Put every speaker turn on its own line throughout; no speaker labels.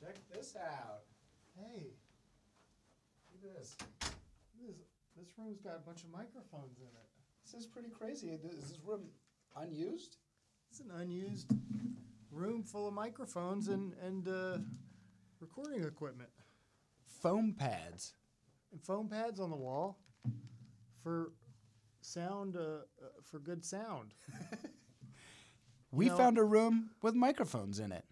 Check this out.
Hey,
Look at this.
this, this room's got a bunch of microphones in it.
This is pretty crazy. Is this room unused?
It's an unused room full of microphones and, and uh, recording equipment.
Foam pads.
And foam pads on the wall for sound, uh, uh, for good sound.
We
No.
found a room with microphones in it.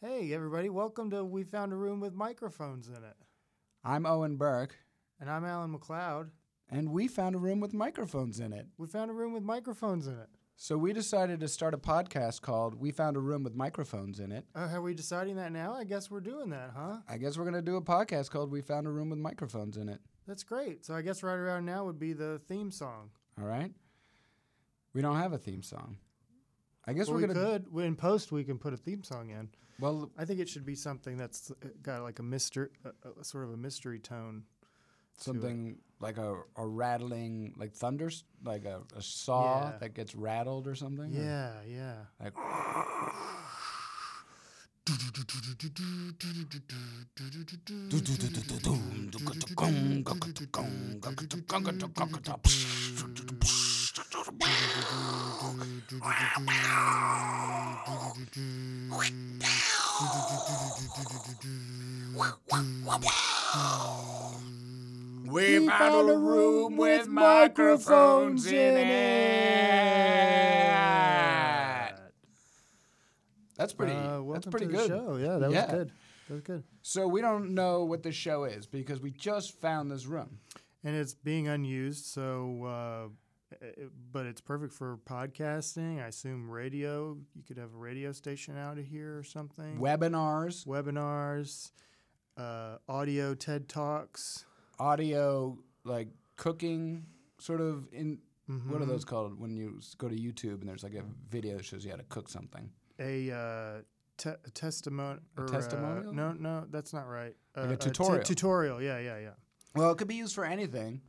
Hey, everybody, welcome to We Found a Room with Microphones in It.
I'm Owen Burke,
And I'm Alan McLeod.
and we found a room with microphones in it.
We found a room with microphones in it.
So we decided to start a podcast called We Found a Room with Microphones in It.
Uh, are we deciding that now? I guess we're doing that, huh?
I guess we're going to do a podcast called We Found a Room with Microphones in It.
That's great. So I guess right around now would be the theme song.
All right? We don't have a theme song. I guess
Well,
we're
we
going to.
could. we- In post, we can put a theme song in.
Well,
I think it should be something that's uh, got like a mystery, uh, uh, sort of a mystery tone.
something like a, a rattling, like thunder, like a, a saw
Yeah.
that gets rattled or something. or-
Yeah, yeah.
Like- We found a room with microphones in it. That's pretty.
Uh, welcome
that's pretty
to The
good.
show. Yeah, that
Yeah.
was good. That was good.
So we don't know what the show is because we just found this room.
And it's being unused, so. Uh, it, but it's perfect for podcasting. I assume radio. You could have a radio station out of here or something.
Mm-hmm. Webinars,
Webinars, uh, audio TED talks.
audio, like cooking, sort of in.
Mm-hmm.
What are those called when you s- go to YouTube and there's like a video that shows you how to cook something?
a uh, te- a testimony.
A
or, uh,
testimonial?
no, no, that's not right. Uh,
a
t-
tutorial.
tutorial. Yeah, yeah, yeah.
Well, it could be used for anything,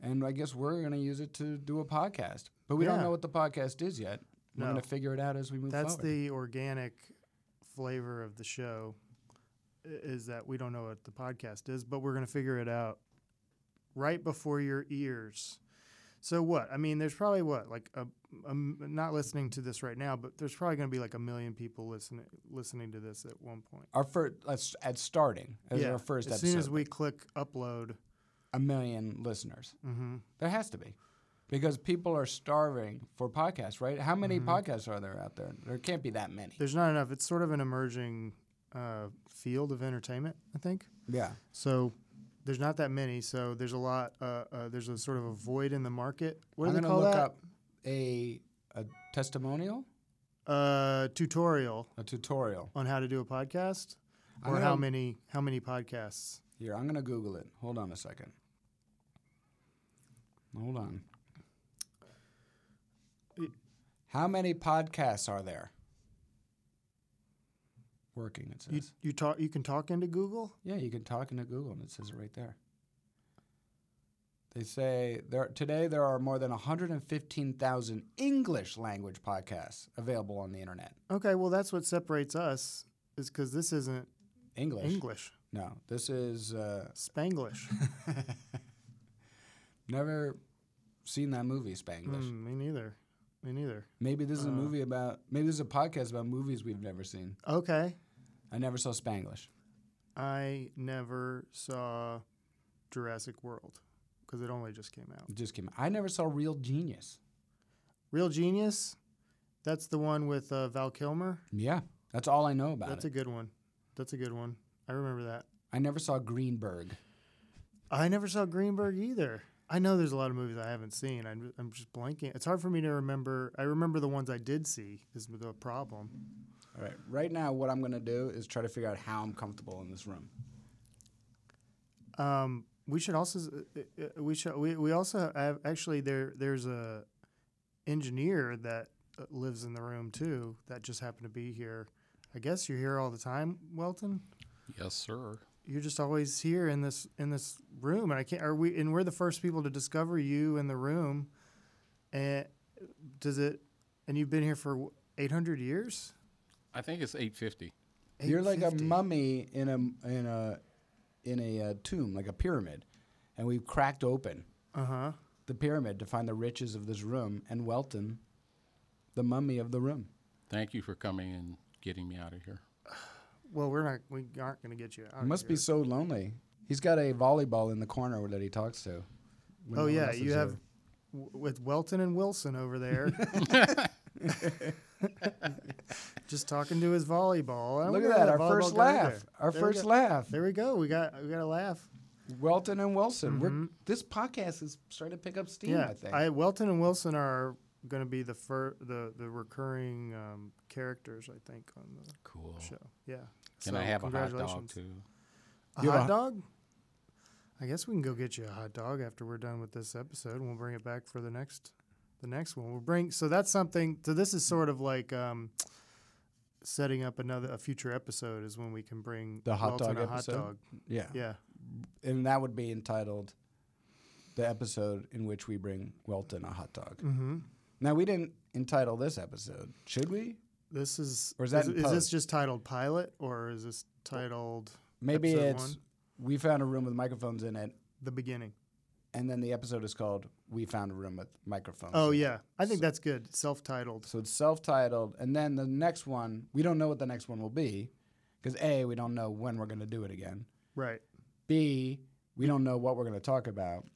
and I guess we're going to use it to do a podcast. But we don't
Yeah.
know what the podcast is yet. We're
No.
going to figure it out as we move
That's
forward.
the organic flavor of the show. i- Is that we don't know what the podcast is, but we're going to figure it out right before your ears. So what? I mean, there's probably what like a, a m- not listening to this right now, but there's probably going to be like a million people listening listening to this at one point.
our first at starting as
yeah.
our first
as
episode,
soon as we click upload.
a million listeners.
Mm-hmm.
There has to be. Because people are starving for podcasts, right? How many
Mm-hmm.
podcasts are there out there? There can't be that many.
there's not enough. It's sort of an emerging uh, field of entertainment, I think.
Yeah.
So there's not that many. So there's a lot. Uh, uh, there's a sort of a void in the market. What
I'm
do they
going to
call
look
that?
up a, a testimonial,
Uh, tutorial
a tutorial.
on how to do a podcast,
I'm
or
gonna-
how many how many podcasts?
Here, I'm going to Google it. Hold on a second. Hold on.
It-
How many podcasts are there? Working, it says.
You you talk you can talk into Google.
Yeah, you can talk into Google, and it says it right there. They say there today there are more than 115,000 English language podcasts available on the internet.
Okay, well that's what separates us is because this isn't
English?
English,
No, this is uh,
Spanglish.
never seen that movie Spanglish.
Mm, me neither. Me neither.
Maybe this is a movie about maybe this is a podcast about movies we've never seen.
Okay,
I never saw Spanglish.
I never saw Jurassic World because it only just came out.
It just came. out. I never saw Real Genius.
Real Genius, that's the one with uh, Val Kilmer.
Yeah, that's all I know about
That's
it.
a good one. That's a good one. I remember that.
I never saw Greenberg.
I never saw Greenberg either. I know there's a lot of movies I haven't seen. I'm, I'm just blanking. It's hard for me to remember. I remember the ones I did see is the problem.
All right. Right now, what I'm going to do is try to figure out how I'm comfortable in this room.
Um, we should also uh, uh, we should we, we also have actually there there's a engineer that uh, lives in the room too that just happened to be here. I guess you're here all the time, Welton.
Yes, sir.
you're just always here in this in this room and i can't are we and we're the first people to discover you in the room and does it and you've been here for 800 years
I think it's 850.
You're like a
850.
mummy in a in a in a uh, tomb, like a pyramid, and we've cracked open
Uh huh.
the pyramid to find the riches of this room and Welton, the mummy of the room.
Thank you for coming and getting me out of here.
Well, we're not. We aren't going to get you out.
It must
of
be
here.
so lonely. He's got a volleyball in the corner that he talks to. when no
Oh
one
yeah,
else is
you have
there.
w- with Welton and Wilson over there, just talking to his volleyball. I
Look
wonder
at
where
that! Our
Oh, volleyball
first
goes
laugh.
there.
Our
There we
first
go.
laugh.
There we go. We got we got a laugh.
Welton and Wilson. We're,
Mhm.
this podcast is starting to pick up steam.
yeah,
I think.
Welton and Wilson are going to be the fir- the the recurring um, characters. I think on the
Cool.
show. Yeah.
Oh. Can
So,
I have a hot dog
congratulations.
too?
A
You
hot
have a h-
dog? I guess we can go get you a hot dog after we're done with this episode, and we'll bring it back for the next, the next one. We'll bring so that's something. So this is sort of like um, setting up another a future episode is when we can bring
The hot
Walton
dog
a
episode?
Hot dog.
yeah.
Yeah,
and that would be entitled the episode in which we bring Welton a hot dog.
mm-hmm.
Now we didn't entitle this episode, should we?
this is
Or is that
is,
in
is this
post?
just titled pilot or is this titled
Maybe
Episode
it's we found a room with microphones in it,
the beginning?
and then the episode is called "We Found a Room with Microphones."
Oh
in It."
yeah, I think that's good. Self-titled.
So it's self-titled, and then the next one we don't know what the next one will be because a we don't know when we're going to do it again.
Right.
B we don't know what we're going to talk about,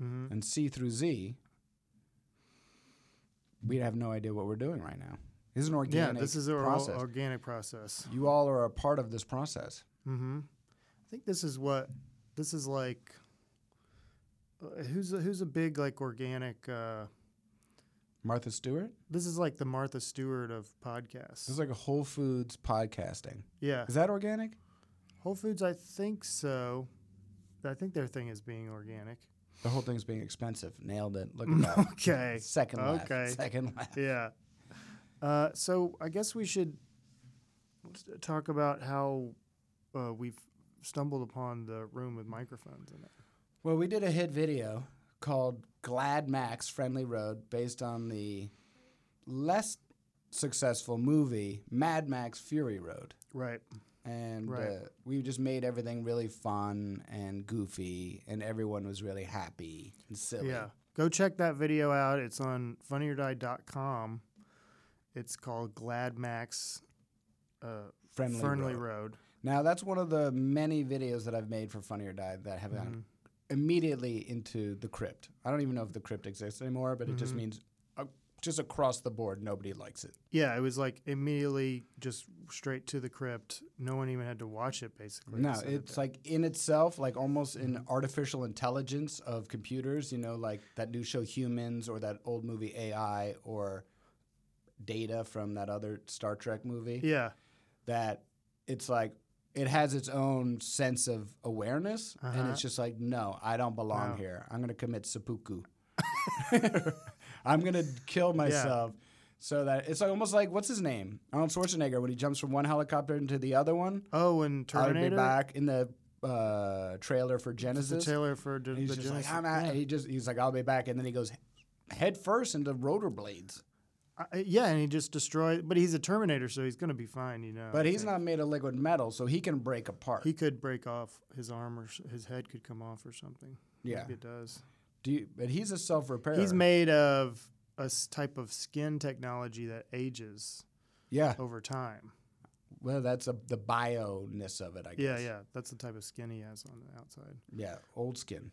Mm-hmm.
and C through Z we have no idea what we're doing right now. This is an
Yeah,
organic
this is an
process.
organic process.
You all are a part of this process.
Mm-hmm. I think this is what this is like. uh, Who's a, who's a big like organic? Uh,
Martha Stewart.
this is like the Martha Stewart of podcasts.
This is like a Whole Foods podcasting.
yeah,
Is that organic?
Whole Foods. I think so. I think their thing is being organic.
The whole thing's being expensive. Nailed it. Look at that.
Okay.
Second laugh.
Okay.
Second laugh.
Yeah. Uh, so I guess we should let's talk about how uh, we've stumbled upon the room with microphones in it.
Well, we did a hit video called Glad Max Friendly Road based on the less successful movie Mad Max Fury Road.
Right.
And
Right.
uh, we just made everything really fun and goofy, and everyone was really happy and silly.
Yeah. Go check that video out. It's on funnyordie.com. It's called Glad Max uh,
Friendly,
Fernley
Road.
Road.
Now that's one of the many videos that I've made for Funny or Die that have
Mm-hmm.
gone immediately into the crypt. I don't even know if the crypt exists anymore, but it
Mm-hmm.
just means uh, just across the board nobody likes it.
Yeah, it was like immediately just straight to the crypt. No one even had to watch it, basically.
no,
So-
it's like in itself, like almost an artificial intelligence of computers. You know, like that new show Humans or that old movie AI or Data from that other Star Trek movie.
yeah,
that it's like it has its own sense of awareness and
Uh-huh.
it's just like no i don't belong
No.
here i'm going to commit seppuku i'm going to kill myself so that it's like, almost like what's his name arnold schwarzenegger when he jumps from one helicopter into the other one
Oh, and
i'll be
Terminator.
back in the uh, trailer for
It's the
genesis
trailer for the,
And he's
the
just like "Ah,
Genesis.
i'm out and he just he's like i'll be back and then he goes head first into rotor blades
I- yeah, and he just destroyed. But he's a Terminator, so he's gonna be fine, you know.
but
I
he's
think.
not made of liquid metal so he can break apart
He could break off his arm, or s- his head could come off, or something.
yeah
Maybe it does.
Do you, but he's a self repairer.
He's made of a s- type of skin technology that ages
Yeah.
over time.
Well, that's a, the bio ness of it, I guess.
Yeah, yeah. That's the type of skin he has on the outside.
Yeah. Old skin.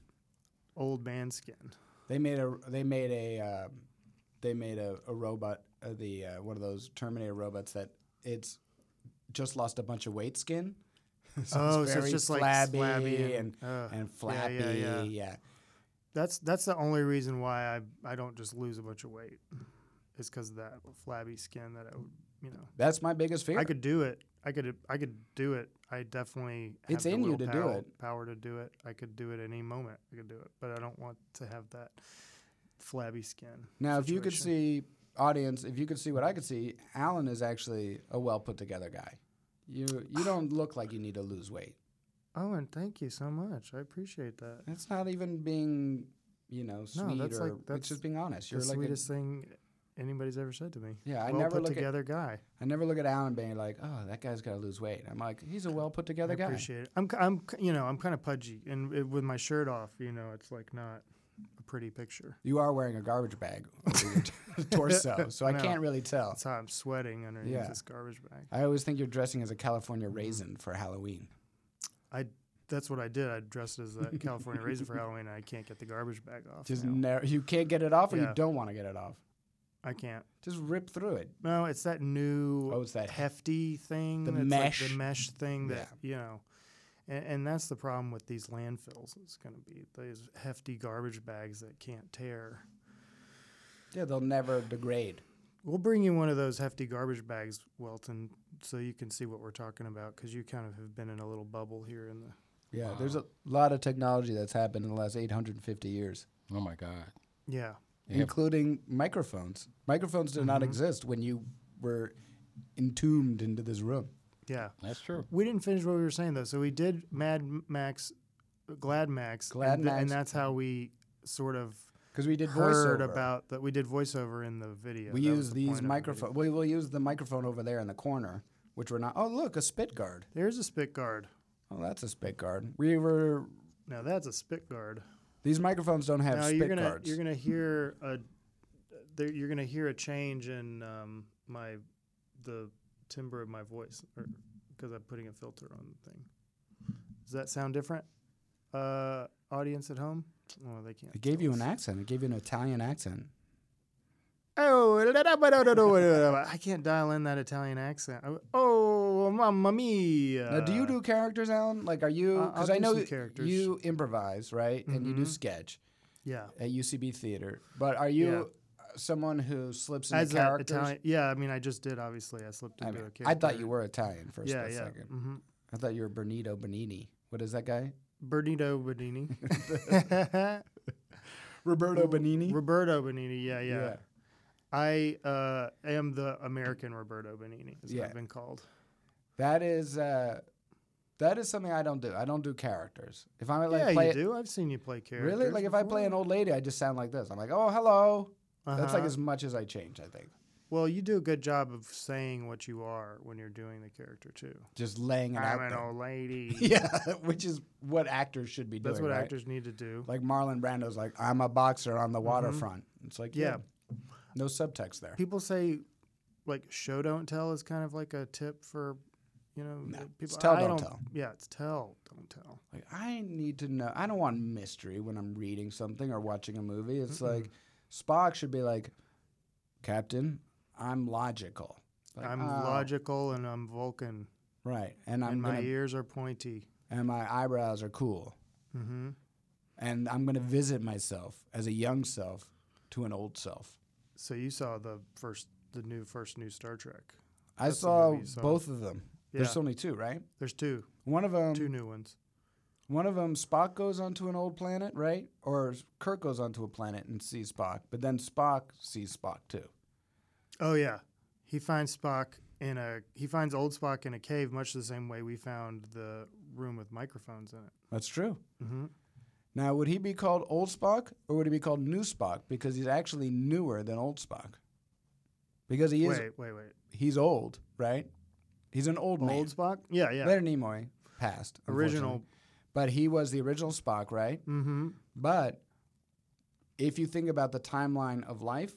Old man skin.
They made a. They made a. Uh, they made a, a robot. Uh, the uh, one of those Terminator robots that it's just lost a bunch of weight skin.
oh, so it's just like
flabby
slabby
and
ugh.
and
Uh, Yeah,
flappy.
yeah,
Yeah,
yeah. that's that's the only reason why I I don't just lose a bunch of weight, is because of that flabby skin that I would you know
That's my biggest fear.
I could do it. I could I could do it. I definitely have
It's
the
in you to do
willpower-
it.
Power to do it. I could do it any moment. I could do it, but I don't want to have that flabby skin.
now, if you could
situation.
see audience, if you could see what I could see, Alan is actually a well put together guy. You you don't look like you need to lose weight.
Oh, and thank you so much. I appreciate that.
That's not even being, you know, sweet
that's
or
like-
it's
that's
just being honest.
the
You're like a,
sweetest thing anybody's ever said to me.
Yeah, I
well
never
put
look at
together guy.
I never look at Alan Bain like, oh, that guy's got to lose weight. I'm like, he's a well put together
I
guy.
appreciate it. I'm, k- I'm, k- you know, I'm kind of pudgy, and it, with my shirt off, you know, it's like not a pretty picture.
You are wearing a garbage bag over your t- torso, so I
No.
can't really tell.
That's how I'm sweating underneath
Yeah.
this garbage bag.
I always think you're dressing as a California
Mm-hmm.
raisin for Halloween.
That's what I did. I dressed as a California raisin for Halloween, and I can't get the garbage bag off.
Just
now.
never, you can't get it off, or
Yeah.
you don't want to get it off.
I can't.
Just rip through it.
No, it's that new
Oh, it's that
hefty thing.
The
that's Like
mesh.
the mesh thing that, you know. And, and that's the problem with these landfills. It's going to be these hefty garbage bags that can't tear.
Yeah, they'll never degrade.
We'll bring you one of those hefty garbage bags, Welton, so you can see what we're talking about because you kind of have been in a little bubble here in the.
Yeah, there's a lot of technology that's happened in the last 850 years,
Oh my God.
Yeah.
They have-
including microphones. Microphones did not exist when you were entombed into this room.
Yeah.
That's true.
We didn't finish what we were saying though. So we did Mad Max, Glad Max,
Glad
and, th- and
Max.
that's how we sort of
Because we did
heard
voiceover.
about that. We did voiceover in the video.
we
That was
use
the point
these
of the video.
microphones. We will use the microphone over there in the corner, which we're not. Oh, look, a spit guard.
There's a spit guard.
Oh, that's a spit guard. We were.
Now that's a spit guard.
These microphones don't have
now
spit
you're gonna
guards.
you're gonna hear a there, you're gonna hear a change in um, my the timbre of my voice because I'm putting a filter on the thing. Does that sound different? Uh, audience at home? Oh, they can't.
It gave
tell
you
us.
an accent. It gave you an Italian accent.
Oh, I can't dial in that Italian accent. I- Oh, mamma mia!
now, do you do characters, Alan? Like, are you?
I- Uh, I'll
Because I
do
know
some
y-
characters.
you improvise, right? And you do
Mhm.
sketch
Yeah,
at UCB Theater. But are you uh, someone who slips into
as a
characters?
Italian. Yeah, I mean, I just did. Obviously, I slipped
I,
into
mean,
a character.
I thought you were Italian for a
Yeah,
split
yeah.
second.
Mm-hmm.
I thought you were Bernito Benini. What is that guy?
Bernito Benini.
Roberto Benini.
Roberto Benini, yeah, yeah.
Yeah.
I uh, am the American Roberto Benini, as
Yeah.
I've been called.
That is uh, that is something I don't do. I don't do characters. If I'm at, like
yeah,
play
you do. I've seen you play characters.
really like if I play an old lady, I just sound like this. I'm like, oh hello. That's like as much as I change. I think
Uh-huh. well, you do a good job of saying what you are when you're doing the character too.
just laying it
I'm
out.
an
there.
old lady.
yeah, which is what actors should be doing.
That's what
right?
actors need to do.
Like Marlon Brando's like, I'm a boxer on the waterfront. It's like yeah,
Yeah.
no subtext there.
People say, like show don't tell is kind of like a tip for, you know,
No,
people.
it's tell,
I
don't tell.
Yeah, it's tell don't tell.
Like I need to know. I don't want mystery when I'm reading something or watching a movie. It's like Spock should be like, Captain, I'm logical. Like,
I'm
oh,
logical and I'm Vulcan,
Right, and I'm
and my
gonna,
ears are pointy.
and my eyebrows are cool,
Mm-hmm.
and I'm gonna visit myself as a young self to an old self.
So you saw the first, the new first new Star Trek.
I
That's the
saw
movie you saw.
both of them. There's
Yeah.
only two, right?
There's two,
One of them,
two new ones.
one of them, Spock goes onto an old planet, right? Or Kirk goes onto a planet and sees Spock, but then Spock sees Spock too.
Oh yeah, he finds Spock in a he finds old Spock in a cave, much the same way we found the room with microphones in it.
That's true.
Mm-hmm.
Now, would he be called Old Spock or would he be called New Spock because he's actually newer than Old Spock? Because he is
Wait, wait, wait.
he's old, right? He's an old man.
Old Spock? Yeah, yeah.
Leonard Nimoy passed.
Original.
unfortunately. But he was the original Spock, right?
Mm-hmm.
But if you think about the timeline of life,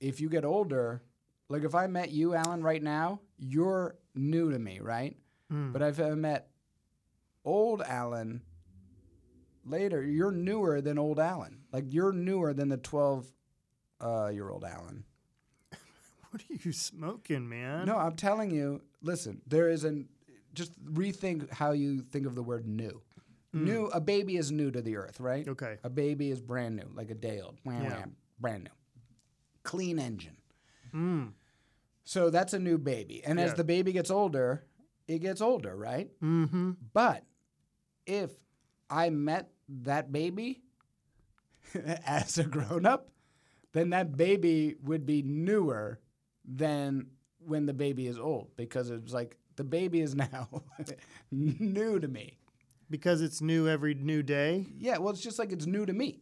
if you get older, like if I met you, Alan, right now, you're new to me, right?
Mm.
But if I met old Alan later, you're newer than old Alan. Like you're newer than the 12 uh, year old Alan.
What are you smoking, man?
No, I'm telling you, listen, there is an just rethink how you think of the word new. New, a baby is new to the earth, right?
Okay.
A baby is brand new, like a day old. Wham,
Yeah.
wham, brand new. Clean engine.
Mm.
So that's a new baby. And as
Yeah.
the baby gets older, it gets older, right?
Mm-hmm.
But if I met that baby as a grown up, then that baby would be newer than when the baby is old because it's like the baby is now new to me.
Because it's new every new day.
Yeah, well, it's just like it's new to me.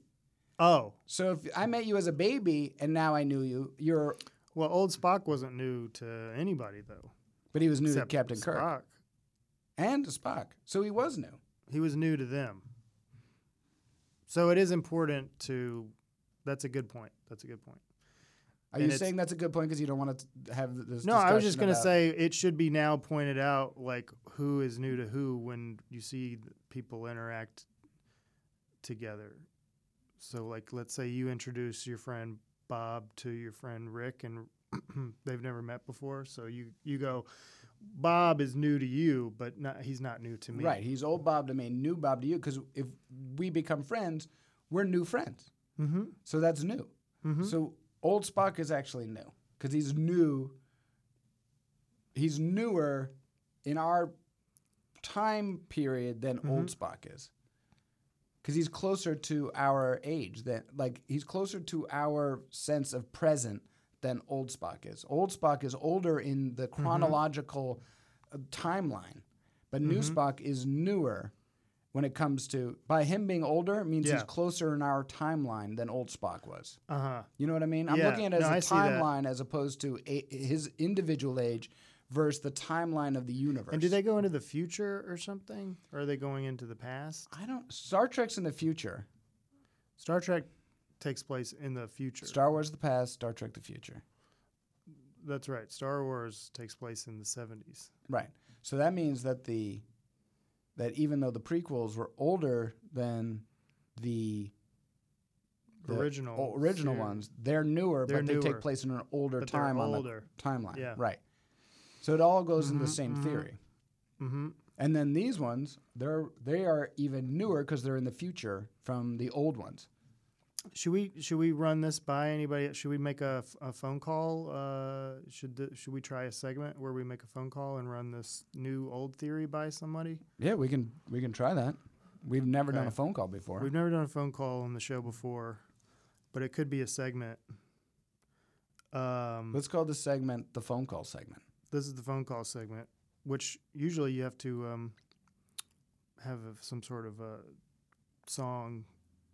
Oh,
So if I met you as a baby and now I knew you, you're
well, old Spock wasn't new to anybody though.
but he was new
except
to Captain Kirk
Spock.
and to Spock, so he was new.
He was new to them. So it is important to. That's a good point. That's a good point.
Are
And
you
it's-
saying that's a good point because you don't want to have this?
No, I was just
discussion
going to
about-
say it should be now pointed out like who is new to who when you see th- people interact together. So like let's say you introduce your friend Bob to your friend Rick and they've never met before, so you you go Bob is new to you, but not he's not new to me.
Right. He's old Bob to me, new Bob to you. Because if we become friends, we're new friends.
Mm-hmm.
So that's new.
Mhm.
So old Spock is actually new because he's new. He's newer in our time period than old Spock is. Because he's closer to our age than like he's closer to our sense of present than old Spock is. Old Spock is older in the chronological uh, timeline, but new Spock is newer when it comes to by him being older means he's
Yeah.
closer in our timeline than old Spock was.
Uh huh.
You know what I mean? I'm
Yeah.
looking at it as
No, I
a
see that.
timeline as opposed to a, his individual age versus the timeline of the universe.
And do they go into the future or something? Or are they going into the past?
I don't. Star Trek's in the future.
Star Trek takes place in the future.
Star Wars the past. Star Trek the future.
That's right. Star Wars takes place in the 70s.
Right. So that means that the that even though the prequels were older than the, the
Original
o- original
series.
ones, they're newer,
They're
but they
newer.
take place in an older
But they're
time
older.
on the timeline.
Yeah.
Right. So it all goes in the
Mhm,
same
mhm.
theory.
Mm-hmm.
And then these ones, they're they are even newer because they're in the future from the old ones.
Should we should we run this by anybody? Should we make a, f- a phone call? Uh, should th- should we try a segment where we make a phone call and run this new old theory by somebody?
Yeah, we can we can try that. We've never done
Okay.
a phone call before.
We've never done a phone call on the show before, but it could be a segment. Um,
Let's call this segment the phone call segment.
this is the phone call segment, which usually you have to um, have a, some sort of a song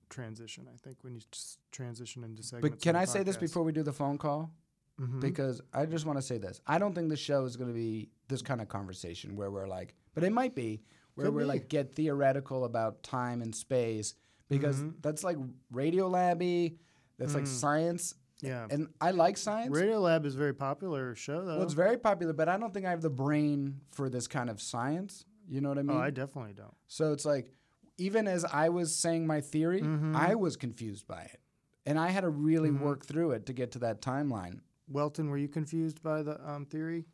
transition. I think when you s transition into segments.
But can I say this before we do the phone call?
hmm
Because I just want to say this. I don't think the show is going to be this kind of conversation where we're like, but it might be where
Could
we're
be.
like get theoretical about time and space because that's like radio labby. That's like science.
yeah,
And I like science.
Radio Lab is a very popular show though.
Well, it's very popular, but I don't think I have the brain for this kind of science. You know what I mean?
oh, I definitely don't.
so it's like, even as I was saying my theory,
Mm-hmm.
I was confused by it. And I had to really work through it to get to that timeline.
Welton, were you confused by the um, theory?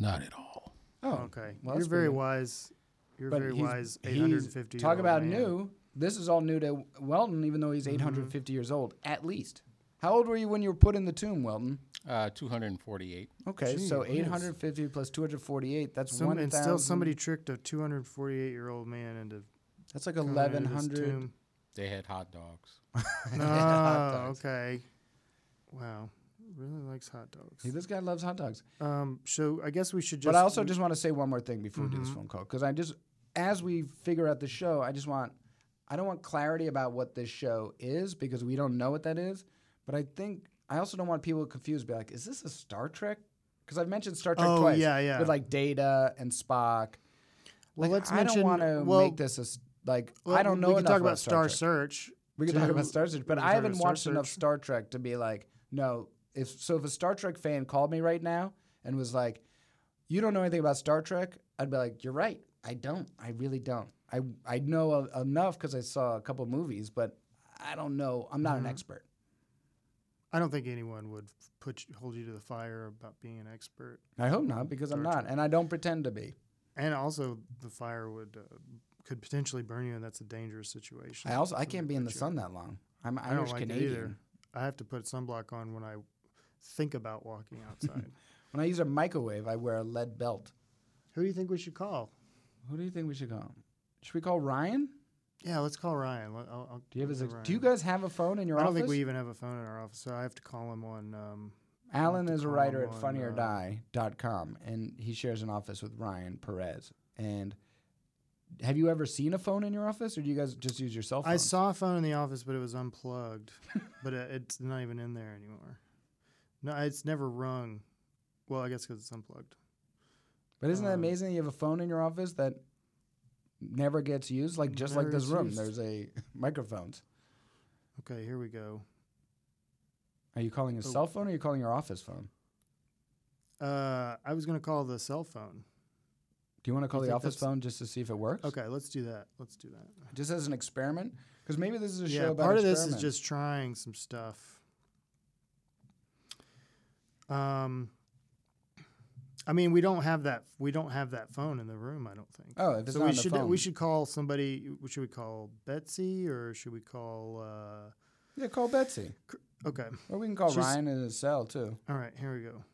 Not at all.
Oh,
Okay,
Well,
you're
that's
very
pretty-
wise. You're
But
very
he's-
wise.
he's-
Eight hundred and fifty.
Talk about new. This is all new to Welton, even though he's
Mm-hmm.
850 years old, at least. How old were you when you were put in the tomb, Welton?
Uh, 248.
Okay,
Gee
so
whiz.
850 plus 248, that's
Some,
1,000.
and still, somebody tricked a 248 year old man into
That's like
coming into this
1,100.
tomb.
They had hot dogs.
hot
Oh,
dogs.
okay. Wow. Really likes hot dogs.
See, this guy loves hot dogs.
Um, so I guess we should just. Mm-hmm.
but I also just want to say one more thing before we do this phone call because I just, as we figure out the show, I just want, I don't want clarity about what this show is because we don't know what that is. But I think I also don't want people confused. Be like, is this a Star Trek? Because I've mentioned Star Trek
Oh,
twice.
yeah, yeah.
With like Data and Spock.
Well,
Like,
let's
I
mention-
don't want to
well,
make this a s- like
Well,
I don't know
We
enough
can talk about Star
Star Trek.
Search.
We can talk
too.
about Star Search, but
We can talk
I
about
haven't
Star
watched enough
Search.
Star Trek to be like, no. If so, if a Star Trek fan called me right now and was like, "You don't know anything about Star Trek," I'd be like, "You're right. I don't. I really don't. I I know a, enough because I saw a couple movies, but I don't know. I'm
Mm-hmm.
not an expert.
I don't think anyone would f- put you- hold you to the fire about being an expert,
I hope not because I'm
Star
not, and I don't pretend to be.
and also the fire would uh, could potentially burn you, and that's a dangerous situation.
I also I
So
can't be in the
put you-
sun that long. I'm
I don't
Irish
like it either.
Canadian.
I have to put sunblock on when I think about walking outside.
When I use a microwave, I wear a lead belt.
Who do you think we should call?
Who do you think we should call? Should we call Ryan?
Yeah, let's call Ryan. Let- I'll- I'll-
Do you have his?
I'll
Ex-
give
do you
Ryan.
guys have a phone in your
I don't
office?
think we even have a phone in our office, so I have to call him on. Um,
Alan
to
is a
call
writer
him
at
on,
funnyordie.com, and he shares an office with Ryan Perez. And Have you ever seen a phone in your office, or do you guys just use your cell phone?
I saw a phone in the office, but it was unplugged. but it, it's not even in there anymore. No, it's never rung. Well, I guess because it's unplugged.
But isn't that
Um,
amazing? that You have a phone in your office that never gets used, like just like
Never
this
gets
room.
used.
There's a microphones.
Okay, here we go.
Are you calling a
Oh.
cell phone or are you calling your office phone?
Uh, I was gonna call the cell phone.
Do you want to call the
think
office
that's-
phone just to see if it works?
Okay, let's do that. Let's do that.
Just as an experiment, because maybe this is a show
Yeah,
about
part of this is
experiment.
just trying some stuff. Um, I mean, we don't have that. We don't have that phone in the room. I don't think.
oh, if it's
so
not
we
on the
should
phone.
we should call somebody. Should we call Betsy or should we call? Uh,
yeah call Betsy,
okay,
or we can call
She's-
Ryan in his cell too.
all right, here we go.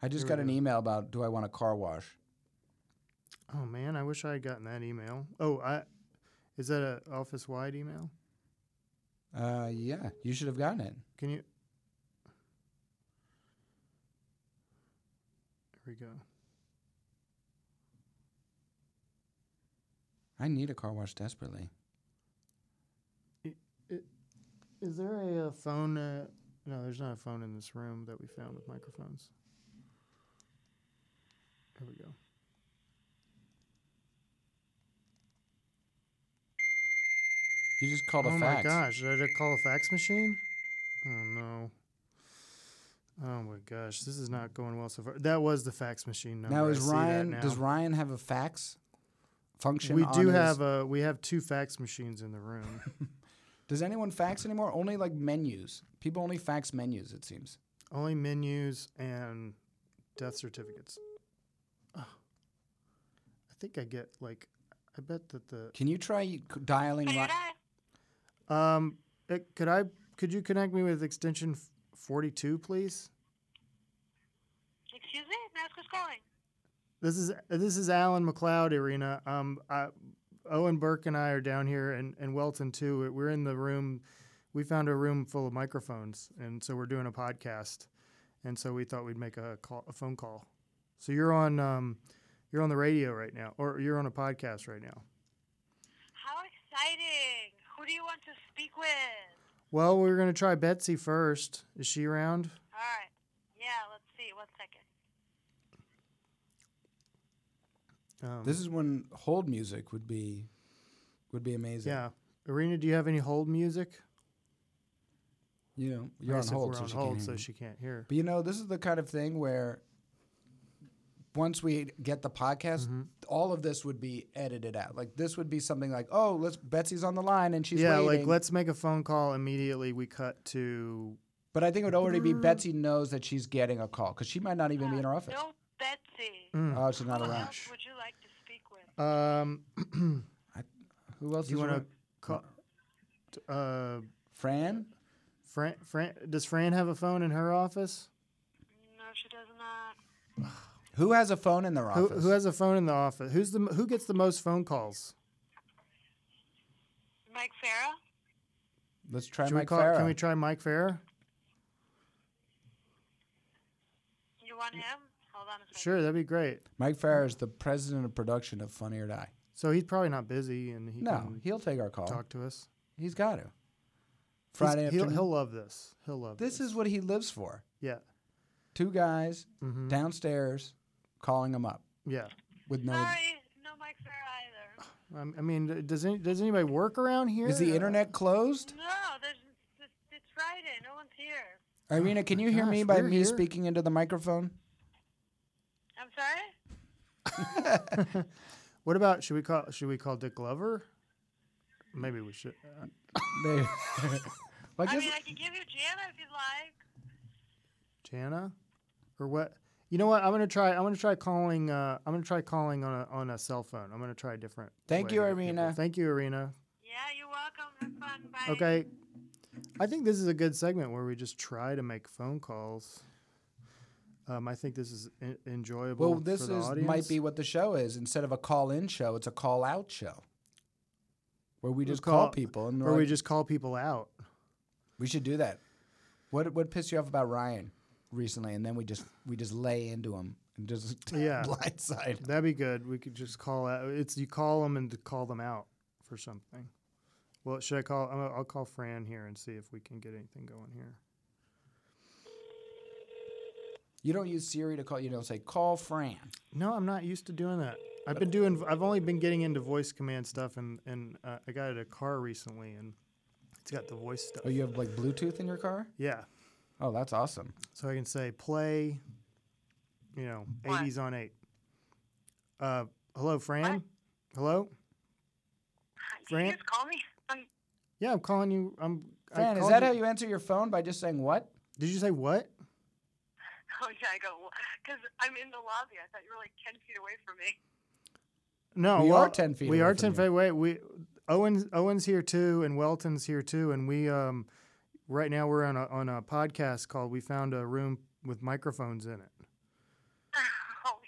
I just
Here we
got an
go.
email about do I want a car wash?
Oh man, I wish I had gotten that email. Oh, I is that a office wide email?
Uh, yeah, you should have gotten it.
Can you? Here we go.
I need a car wash desperately.
Is there a, uh phone? Uh, no, there's not a phone in this room that we found with microphones. Here we go.
You just called
oh
a fax.
my gosh, did I just call a fax machine? Oh no. Oh my gosh, this is not going well so far. That was the fax machine number.
Now
I
is
see that
Ryan?
now.
Does Ryan have a fax function?
we
on
do
his-
have a we have two fax machines in the room.
Does anyone fax anymore? Only like menus. People only fax menus. It seems.
Only menus and death certificates. Ugh. I think I get like I bet that the
Can you try c- dialing? Ri-
Um, uh, could I? Could you connect me with extension f- forty-two, please?
Excuse me, may I ask who's calling?
This is this is Alan McLeod, Irina. Um, I, Owen Burke and I are down here, and and Welton too. We're in the room. We found a room full of microphones, and so we're doing a podcast, and so we thought we'd make a call, a phone call. So you're on, um, you're on the radio right now, or you're on a podcast right now.
How exciting! Who do you want to speak with?
Well, we're gonna try Betsy first. Is she around?
All right. Yeah, let's see. One second.
Um,
this is when hold music would be, would be amazing.
yeah. Irina, do you have any hold music?
You know, you're on
guess if
hold,
we're
so
on
she
hold,
can't hear
so
you.
she can't hear.
But you know, this is the kind of thing where once we get the podcast,
Mm-hmm.
all of this would be edited out. Like this would be something like, "Oh, let's Betsy's on the line and she's
yeah,
waiting."
like let's make a phone call immediately. We cut to
but I think it would already be Betsy knows that she's getting a call because she might not even be in her
Uh,
office.
No, Betsy.
Mm-hmm.
Oh, she's not
Who
around.
else would you like to speak with?
um.
Who else?
you
is
want to
around?
call? t- Uh,
Fran?
Fran, Fran, does Fran have a phone in her office?
No, she does not.
Who has a phone in their
Who,
office?
who has a phone in the office? Who's the m- who gets the most phone calls?
Mike Farah?
Let's try
Should we
Mike
call-
Farah.
Can we try Mike Farah?
You want
Mm.
him? Hold on a second.
Sure, that'd be great.
Mike Farah is the president of production of Funny or Die.
So he's probably not busy, and he
No,
can
he'll take our call.
talk to us.
He's got to.
He's-
Friday
he'll,
afternoon.
he'll love this. He'll love
this is what he lives for.
yeah,
Two guys
Mhm.
downstairs calling him up
yeah.
with no.
Sorry, no Mike Farah either.
Um, I mean, d- does any, does anybody work around here?
Is the
Uh,
internet closed?
No, there's, it's, it's Friday. No one's here.
Irina, can
Oh my
you hear me
gosh,
by
we're
me
here.
speaking into the microphone?
I'm sorry?
What about should we call should we call Dick Glover? Maybe we should. uh,
They- Well, I
I
guess-
mean, I can give you Jana if you'd like.
Jana, or what? You know what? I'm gonna try. I'm gonna try calling. Uh, I'm gonna try calling on a, on a cell phone. I'm gonna try a different.
Thank
way
you,
to get people.
Irina.
Thank you, Irina.
Yeah, you're welcome. Have fun. Bye.
Okay. I think this is a good segment where we just try to make phone calls. Um, I think this is en- enjoyable.
well, this
for the
is
audience.
might be what the show is. Instead of a call-in show, it's a call-out show, where we
We'll
just call,
call-
people and
or
we
we just call people out.
we should do that. What what pissed you off about Ryan? recently, and then we just we just lay into them and just
Yeah.
blindside.
That'd be good. We could just call out. It's you call them and to call them out for something. Well, should I call? I'll I'll call Fran here and see if we can get anything going here.
You don't use Siri to call. You don't say call Fran.
No, I'm not used to doing that. I've been doing. I've only been getting into voice command stuff, and and uh, I got it a car recently, and it's got the voice stuff.
Oh, you have like Bluetooth in your car?
yeah,
Oh, that's awesome.
so I can say play. You know,
What?
80s on eight. Uh, hello, Fran. Hello.
Did
Fran-
you just call me? Um,
Yeah, I'm calling you. I'm. I
Fran, is
called
that how you answer your phone by just saying what?
Did you say what?
oh, yeah, I go, because I'm in the lobby. I thought you were like 10 feet away from me.
No,
We
well,
are 10 feet
We
away
are
from
ten
you.
feet away. We Owen's Owen's here too, and Welton's here too, and we um right now we're on a on a podcast called "We Found a Room with Microphones in It."
Oh,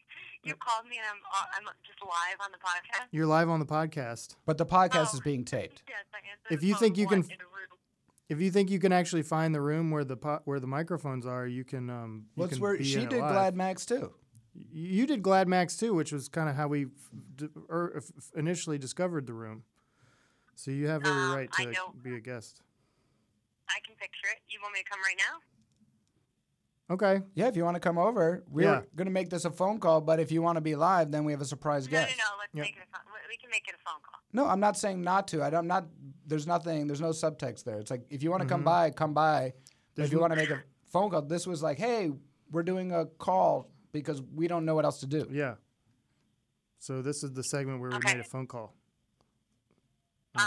you called me and I'm, uh, I'm just live on the podcast.
You're live on the podcast.
But the podcast
Oh.
is being taped.
Yes, I answered.
If
the
you
phone
think you can
once
f-
in a room.
If you think you can actually find the room where the po- where the microphones are, you can um you
Well, it's
can
where
be
she
in it
did
live.
Glad Max too.
Y- You did Glad Max too, which was kind of how we f- d- or f- f- initially discovered the room. So you have every
Um,
right
I
to
know.
be a guest.
I can picture it. You want me to come right now?
Okay.
Yeah, if you want to come over, we're
Yeah.
going to make this a phone call. But if you want to be live, then we have a surprise
No,
guest.
no, no. Let's
Yeah.
make it a phone. we- We can make it a phone call.
No, I'm not saying not to. I don't, I'm not. There's nothing. There's no subtext there. It's like if you want to come
Mm-hmm.
by, come by. But if you want to make a phone call, this was like, hey, we're doing a call because we don't know what else to do.
Yeah. So this is the segment where we
Okay.
made a phone call.
Um,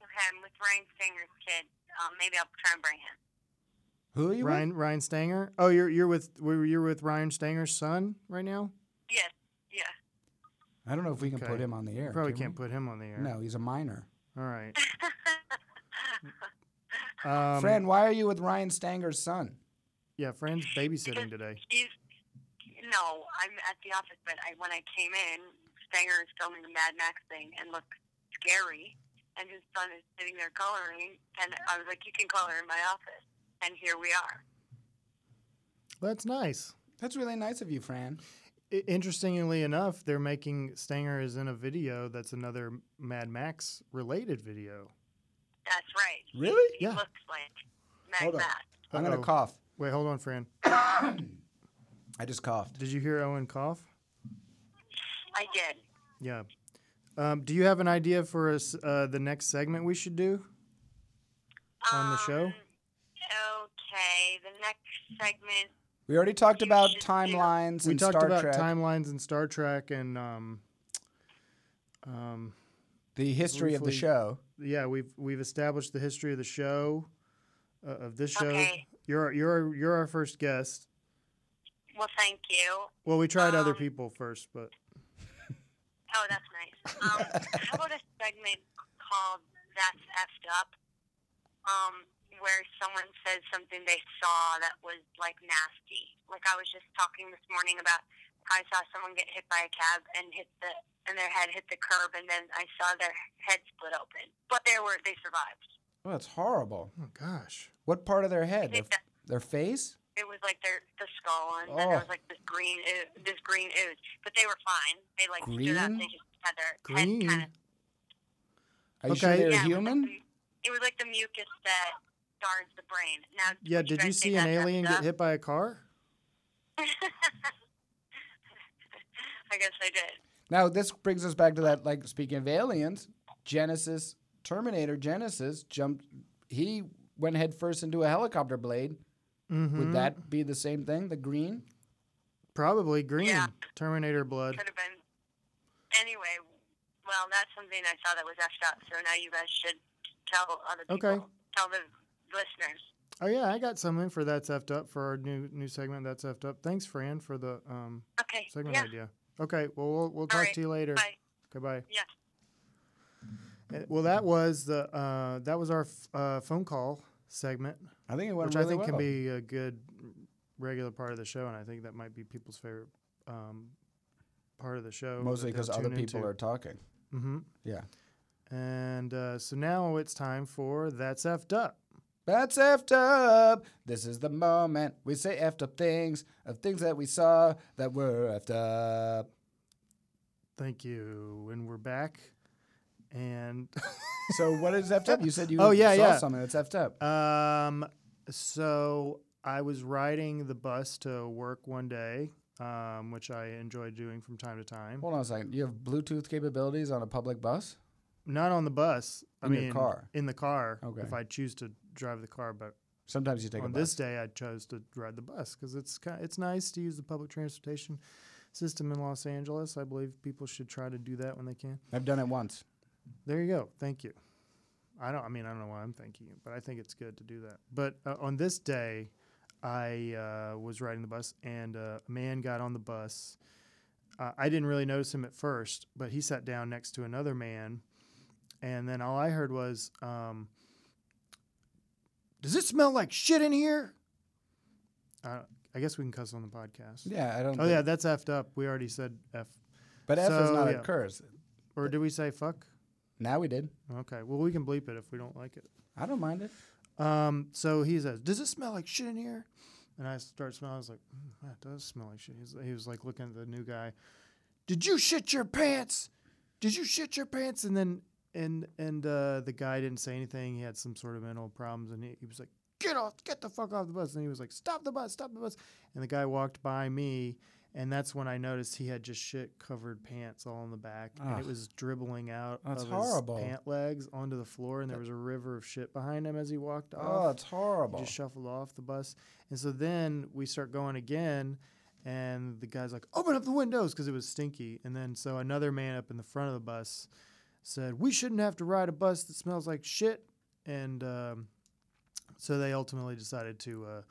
okay, I'm with Ryan Stinger's kid. Um, maybe I'll try and bring him.
Who are you? with?
Ryan Ryan Stanger. Oh, you're you're with we're- you're with Ryan Stanger's son right now.
Yes, yeah.
I don't know if we can
Okay.
put him on the air.
Probably
can
can't
we?
put him on the air.
No, he's a minor.
All right. Um,
Fran, why are you with Ryan Stanger's son?
Yeah, Fran's babysitting today.
He's no, I'm at the office, but I when I came in, Stanger is filming the Mad Max thing and looked scary, and his son is sitting there coloring, and I was like, "You can color in my office," and here we are.
That's nice.
That's really nice of you, Fran.
I- interestingly enough, they're making Stanger is in a video that's another Mad Max related video.
That's right.
Really?
He
Yeah.
looks like Mad
Hold on.
Max.
I'm going
Uh-oh.
to cough.
Wait, hold on, Fran.
I just coughed.
Did you hear Owen cough?
I did.
Yeah. Um, do you have an idea for us, uh, the next segment we should do? on the show?
Um, Okay, the next segment.
We already talked
You
about
should do-
timelines
we
and
talked
Star
about
Trek,
timelines and Star Trek, and um, um,
the history of the
briefly-
show.
yeah, we've we've established the history of the show, uh, of this show.
Okay.
You're you're you're our first guest.
Well, thank you.
Well, we tried other
Um,
people first, but
Oh, that's nice. Um, how about a segment called "That's Effed Up," um, where someone says something they saw that was like nasty. Like I was just talking this morning about I saw someone get hit by a cab and hit the and their head hit the curb, and then I saw their head split open, but they were they survived.
Oh, that's horrible.
oh gosh,
What part of their head? Their,
think that-
their face?
It was like their the skull, and then there
Oh.
was like this green oo- this green ooze, but they were fine. They like stood up.
Green?
They just had their
Green?
head kind of
Are you sure
Okay.
they're
Yeah, it was like
human?
the- It was like the mucus that guards the brain. Now,
yeah.
would
Did you
guys say
see an
that's
alien get
effed
hit by a car?
up? I guess I did.
Now this brings us back to that. Like speaking of aliens, Genesis, Terminator Genesis jumped. He went headfirst into a helicopter blade.
Mhm.
Would that be the same thing? The green?
Probably green
Yeah.
Terminator blood.
Could have been. Anyway, well, that's something I saw that was effed up. So now you guys should tell other people.
Okay.
Tell the listeners.
Oh yeah, I got something for that's effed up for our new new segment. That's effed up. Thanks, Fran, for the um,
Okay.
segment
yeah.
idea. Okay, well we'll, we'll talk
right,
to you later.
Bye.
Goodbye.
Yeah.
Uh, Well, that was the uh, that was our f- uh, phone call segment,
I think it went
which I
really
think can
well.
be a good regular part of the show, and I think that might be people's favorite um, part of the show.
mostly because other people are talking.
hmm
Yeah.
And uh, so now it's time for that's effed up.
That's effed up. This is the moment we say effed up things of things that we saw that were effed up.
Thank you. And we're back. And
So what is effed up? You said you
Oh, yeah,
saw
yeah.
something that's effed up.
um, so I was riding the bus to work one day, um, which I enjoy doing from time to time.
Hold on a second. You have Bluetooth capabilities on a public bus?
Not on the bus. I
In your
mean,
car.
In the car.
Okay.
If I choose to drive the car, but
Sometimes you take a
on
bus.
this day I chose to ride the bus because it's kind it's nice to use the public transportation system in Los Angeles. I believe people should try to do that when they can.
I've done it once.
There you go. Thank you. I don't. I mean, I don't know why I'm thanking you, but I think it's good to do that. But uh, on this day, I uh, was riding the bus, and uh, a man got on the bus. Uh, I didn't really notice him at first, but he sat down next to another man, and then all I heard was, um, "Does it smell like shit in here?" Uh, I guess we can cuss on the podcast.
Yeah, I don't.
Oh yeah, that's effed up. We already said f,
but F is
so,
not
yeah.
a curse.
or did we say fuck?
Now we did.
Okay. Well, we can bleep it if we don't like it.
I don't mind it.
Um, so he says, "Does it smell like shit in here?" And I start smelling. I was like, mm, "That does smell like shit." He's, he was like looking at the new guy. Did you shit your pants? Did you shit your pants? And then and and uh, the guy didn't say anything. He had some sort of mental problems, and he, he was like, "Get off! Get the fuck off the bus!" And he was like, "Stop the bus! Stop the bus!" And the guy walked by me. And that's when I noticed he had just shit covered pants all in the back, and
Ugh.
it was dribbling out
That's
of
horrible.
his pant legs onto the floor, and there was a river of shit behind him as he walked
Oh,
off.
it's horrible.
He just shuffled off the bus. And so then we start going again, and the guy's like, open up the windows because it was stinky. And then so another man up in the front of the bus said, we shouldn't have to ride a bus that smells like shit. And um, so they ultimately decided to. Uh,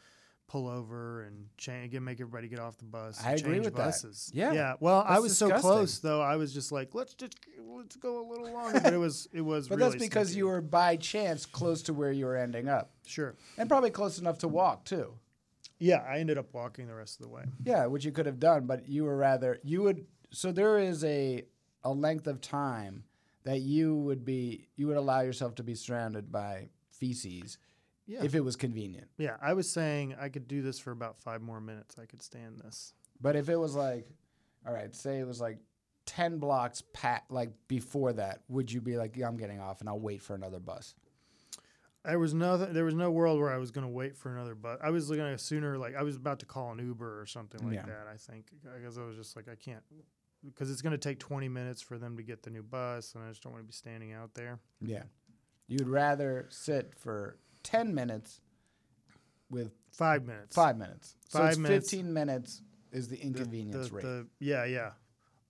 Pull over and change, get, make everybody get off the bus.
I
and
agree
change
with that.
buses.
Yeah.
yeah. Well, I
That's
was so
disgusting.
close though. I was just like, let's just let's go a little longer. But it was it was.
but
really
that's because
stinky.
you were by chance close to where you were ending up,
sure.
and probably close enough to walk too.
Yeah, I ended up walking the rest of the way.
Yeah, which you could have done, but you were rather you would. So there is a a length of time that you would be you would allow yourself to be surrounded by feces
Yeah.
if it was convenient.
Yeah, I was saying I could do this for about five more minutes. I could stand this.
But if it was like, all right, say it was like ten blocks pat like before that, would you be like, yeah, I'm getting off and I'll wait for another bus?
There was no there was no world where I was going to wait for another bus. I was going to sooner like I was about to call an Uber or something like
Yeah.
that. I think because I was just like I can't because it's going to take twenty minutes for them to get the new bus, and I just don't want to be standing out there.
Yeah, you'd rather sit for ten minutes with
Five minutes.
five minutes. so
Five
it's
minutes.
fifteen minutes is the
The-
inconvenience
the-
rate.
the- yeah, yeah.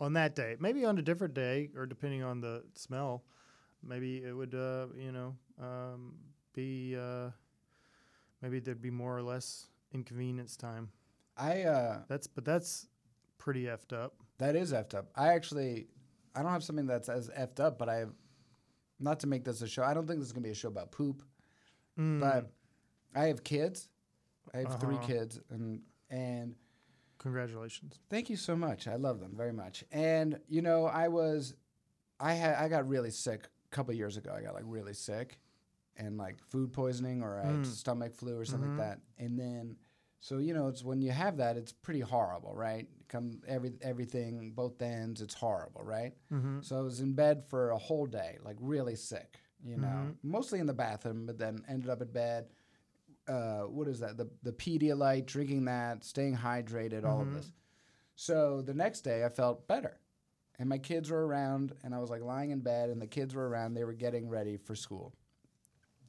On that day, maybe on a different day, or depending on the smell, maybe it would, uh, you know, um, be uh, maybe there'd be more or less inconvenience time.
I uh,
That's but that's pretty effed up.
That is effed up. I actually, I don't have something that's as effed up, but I have, not to make this a show, I don't think this is going to be a show about poop,
Mm,
but I have kids. I have three
Uh-huh.
kids, and and
congratulations.
thank you so much. I love them very much. And you know, I was, I had, I got really sick a couple years ago. I got like really sick, and like food poisoning or I
Mm.
had stomach flu or something like that. And then, so you know, it's when you have that, it's pretty horrible, right? Come every everything both ends, it's horrible, right?
Mm-hmm.
So I was in bed for a whole day, like really sick, you know,
Mhm.
mostly in the bathroom, but then ended up in bed. Uh, what is that? The, the Pedialyte, drinking that, staying hydrated, all of
Mhm.
this. So the next day I felt better. And my kids were around, and I was like lying in bed, and the kids were around. They were getting ready for school.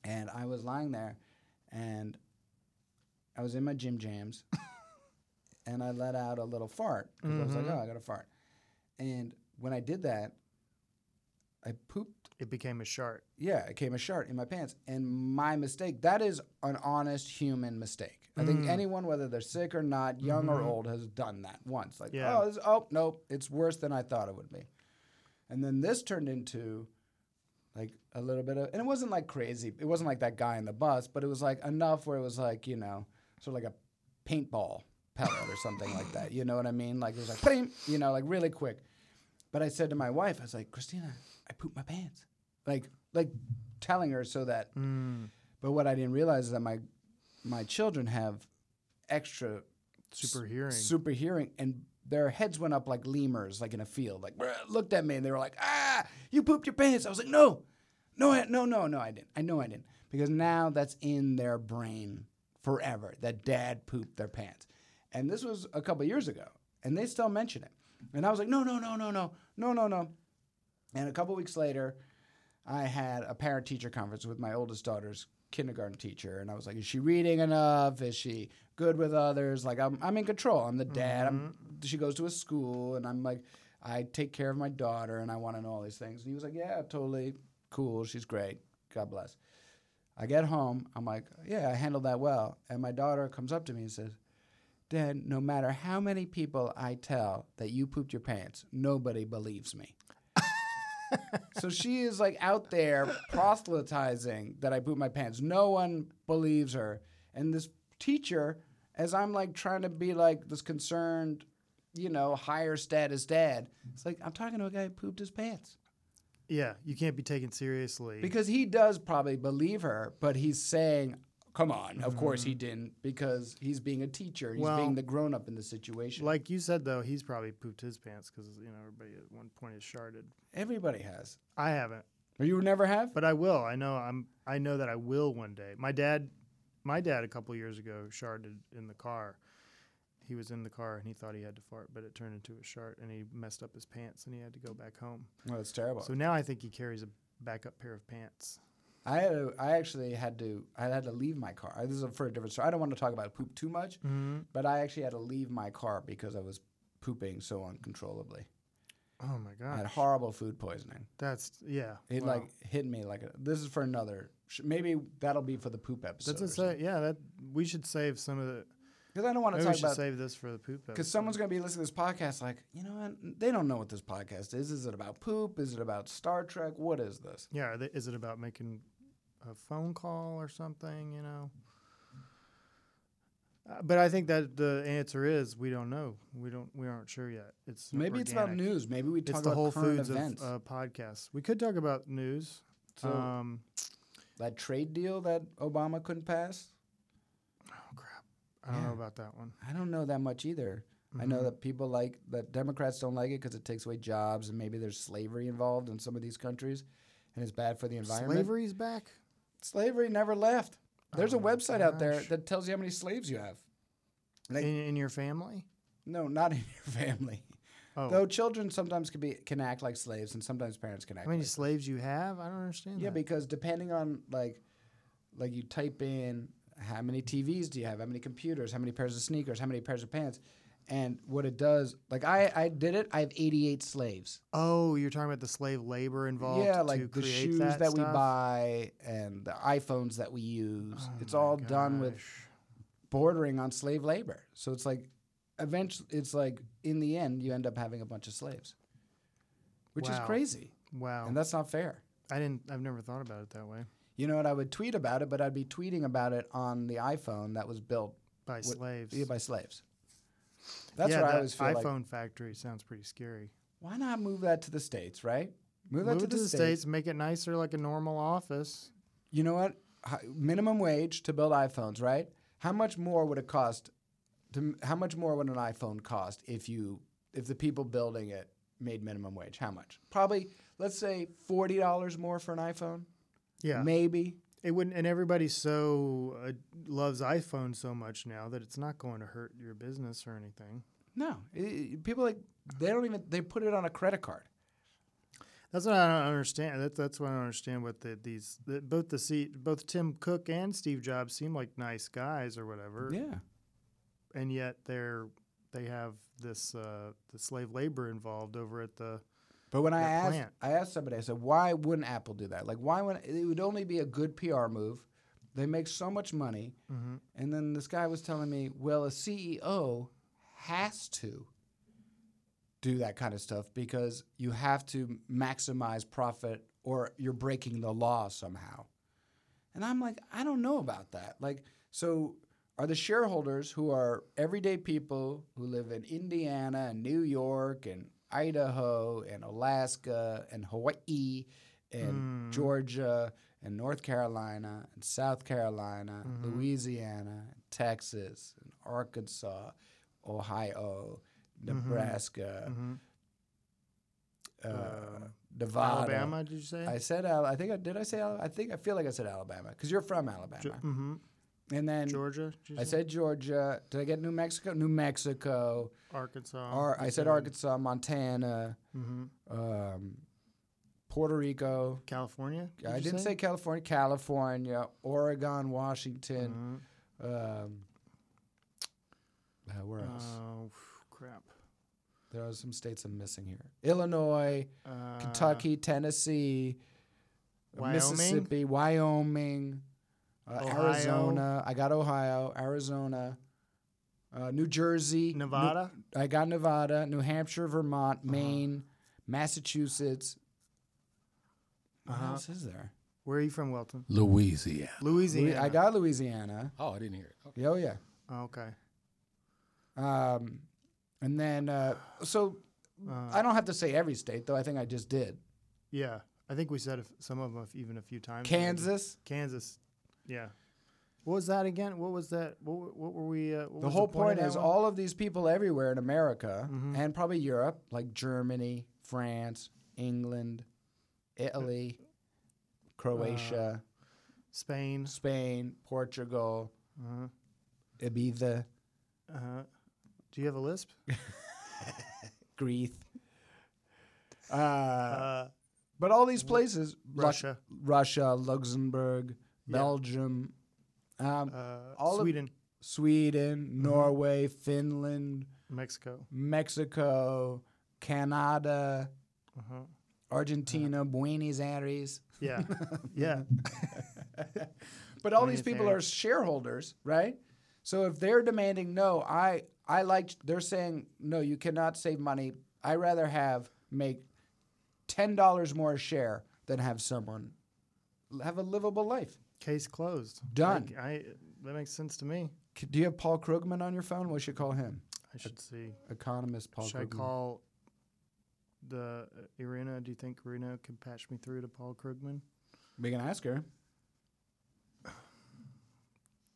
And I was lying there, and I was in my gym jams, and I let out a little fart. 'cause I was like,
Mhm.
oh, I got a fart. And when I did that, I pooped.
It became a shark.
Yeah, it came a shart in my pants. And my mistake, that is an honest human mistake. I think
Mm.
anyone, whether they're sick or not, young or
Mhm.
old, has done that once. Like,
Yeah.
oh, this, oh, nope, it's worse than I thought it would be. And then this turned into like a little bit of, and it wasn't like crazy. It wasn't like that guy in the bus, but it was like enough where it was like, you know, sort of like a paintball pellet or something like that. You know what I mean? Like it was like, "Ping," you know, like really quick. But I said to my wife, I was like, Christina, I pooped my pants. Like, like telling her so that,
Mm.
But what I didn't realize is that my my children have extra
Super hearing.
super hearing, and their heads went up like lemurs, like in a field. Like "Bruh," looked at me, and they were like, "Ah, you pooped your pants." I was like, "No, no, I, no, no, no, I didn't. I know I didn't." Because now that's in their brain forever that dad pooped their pants, and this was a couple years ago, and they still mention it. And I was like, "No, no, no, no, no, no, no, no." And a couple weeks later, I had a parent teacher conference with my oldest daughter's kindergarten teacher. And I was like, is she reading enough? Is she good with others? Like, I'm, I'm in control. I'm the dad. I'm, she goes to a school, and I'm like, I take care of my daughter, and I want to know all these things. And he was like, yeah, totally cool. She's great. God bless. I get home. I'm like, yeah, I handled that well. And my daughter comes up to me and says, Dad, no matter how many people I tell that you pooped your pants, nobody believes me. So she is like out there proselytizing that I poop my pants. No one believes her. And this teacher, as I'm like trying to be like this concerned, you know, higher status dad, it's like I'm talking to a guy who pooped his pants.
Yeah, you can't be taken seriously.
Because he does probably believe her, but he's saying, come on, of course he didn't, because he's being a teacher. He's
Mm-hmm. Well-
being the grown up in the situation.
like you said though, he's probably pooped his pants because you know everybody at one point has sharded.
Everybody has.
I haven't,
Or you never have?
but I will. I know I'm. I know that I will one day. My dad, my dad, a couple years ago, sharded in the car. He was in the car and he thought he had to fart, but it turned into a shart and he messed up his pants and he had to go back home.
Well, it's terrible.
So now I think he carries a backup pair of pants.
I had to, I actually had to I had to leave my car. This is for a different story. I don't want to talk about poop too much,
Mm-hmm.
but I actually had to leave my car because I was pooping so uncontrollably.
Oh my
I had
god,
horrible food poisoning.
that's yeah.
It
wow.
like hit me like a, this is for another. Sh- maybe that'll be for the poop episode.
that's a sa- yeah. That we should save some of the.
Because I don't want to
Maybe we
talk
should
about
save this for the poop.
because someone's gonna be listening to this podcast like you know what they don't know what this podcast is. Is it about poop? Is it about Star Trek? What is this?
Yeah, are they, is it about making a phone call or something? You know. Uh, but I think that the answer is we don't know. We don't. We aren't sure yet. It's
Maybe it's about
organic.
news. Maybe we talk
It's the
about
Whole
current
Foods of
events.
uh, podcasts. We could talk about news.
So-
um,
that trade deal that Obama couldn't pass.
oh crap! I don't
Yeah.
know about that one.
I don't know that much either. I
Mm-hmm.
know that people like that Democrats don't like it because it takes away jobs and maybe there's slavery involved in some of these countries, and it's bad for the environment.
Slavery's back.
Slavery never left. There's a
Oh my
website out there
gosh.
that tells you how many slaves you have. Like-
in, in your family.
No, not in your family.
Oh,
Though children sometimes can be can act like slaves, and sometimes parents can act.
how many
like
slaves you have? I don't understand.
Yeah,
that.
because depending on like, like you type in how many TVs do you have, how many computers, how many pairs of sneakers, how many pairs of pants, and what it does. Like I, I did it. I have 88 slaves.
oh, you're talking about the slave labor involved.
yeah,
to
like the
create
shoes that, we
stuff?
buy and the iPhones that we use.
Oh
it's
my
all done with
gosh.
bordering on slave labor. So it's like, eventually, it's like in the end, you end up having a bunch of slaves, which is
Wow. Oh.
crazy,
Wow.
and that's not fair.
I didn't. I've never thought about it that way.
You know what? I would tweet about it, but I'd be tweeting about it on the iPhone that was built
By
What-
slaves.
yeah, by slaves. That's
yeah,
what I
that
always feel
iPhone
like.
factory sounds pretty scary.
Why not move that to the states, right?
Move
Move, that
it to the states, make it nicer, like a normal office.
You know what? Hi- Minimum wage to build iPhones, right? How much more would it cost? To, how much more would an iPhone cost if you if the people building it made minimum wage? How much? Probably, let's say forty dollars more for an iPhone.
Yeah,
Maybe.
it wouldn't. And everybody so uh, loves iPhone so much now that it's not going to hurt your business or anything.
No, I- I- people like they don't even they put it on a credit card.
That's what I don't understand. That's that's what I don't understand. What the, these the, both the C, both Tim Cook and Steve Jobs seem like nice guys or whatever,
Yeah.
and yet they're they have this uh, the slave labor involved over at the
But when I
that
asked,
plant.
I asked somebody, I said, "Why wouldn't Apple do that? Like, why would it would only be a good PR move? They make so much money." And then this guy was telling me, "Well, a CEO has to do that kind of stuff because you have to maximize profit, or you're breaking the law somehow." And I'm like, I don't know about that. Like, so are the shareholders who are everyday people who live in Indiana and New York and Idaho and Alaska and Hawaii and Georgia and North Carolina and South Carolina,
Mhm.
Louisiana, Texas, and Arkansas, Ohio,
Mm-hmm.
Nebraska,
Mhm.
uh,
Um,
Nevada.
Alabama, did you say?
I said Al- I think I did. I say Al- I think I feel like I said Alabama because you're from Alabama.
Ge- mhm.
and then
Georgia. did you
I
say?
said Georgia. Did I get New Mexico? New Mexico.
Arkansas.
Ar- I said Arkansas, Montana,
hmm
um, Puerto Rico.
California. did
I
you
didn't say? California. California, Oregon, Washington.
Mhm.
Um, uh, where else?
Oh, crap.
there are some states I'm missing here: Illinois,
Uh,
Kentucky, Tennessee,
Wyoming?
Mississippi, Wyoming, uh,
Ohio?
Arizona. I got Ohio, Arizona, uh, New Jersey, New-
Nevada.
I got Nevada, New Hampshire, Vermont, Maine, Massachusetts. What
Uh-huh.
else is there?
Where are you from, Welton?
Louisiana.
Lou-
Louisiana.
I got Louisiana.
Oh, I didn't hear it. Okay.
Yeah, Oh yeah.
Oh, okay.
Um, and then uh, so
Uh,
I don't have to say every state though. I think I just did.
yeah, I think we said if, some of them even a few times. already.
Kansas.
Kansas. Yeah. What was that again? What was that? What, were- what were we? Uh, what
The
was
whole
the
point
point
is all of these people everywhere in America
Mhm.
and probably Europe, like Germany, France, England, Italy, Croatia,
Uh. Spain.
Spain, Portugal,
Uh-huh.
Ibiza,
Uh-huh. Do you have a lisp?
Greece. Uh,
Uh,
but all these places, Lu-
Russia.
Russia, Luxembourg,
Yeah.
Belgium, um,
uh, Mm-hmm.
all of-
Sweden,
Sweden, Norway, Finland,
Mexico.
Mexico, Canada,
Uh-huh.
Argentina, Buenos Aires.
Yeah. yeah.
But all
Buenos
these people are
Aires.
shareholders, right? So if they're demanding no, I I like they're saying no, you cannot save money. I rather have make ten dollars more a share than have someone have a livable life.
Case closed.
Done.
I, I, that makes sense to me.
C- Do you have Paul Krugman on your phone? We should call him.
I should see.
Economist Paul
should I
Krugman.
call the uh, Irina? Do you think Irina could patch me through to Paul Krugman?
we can ask her.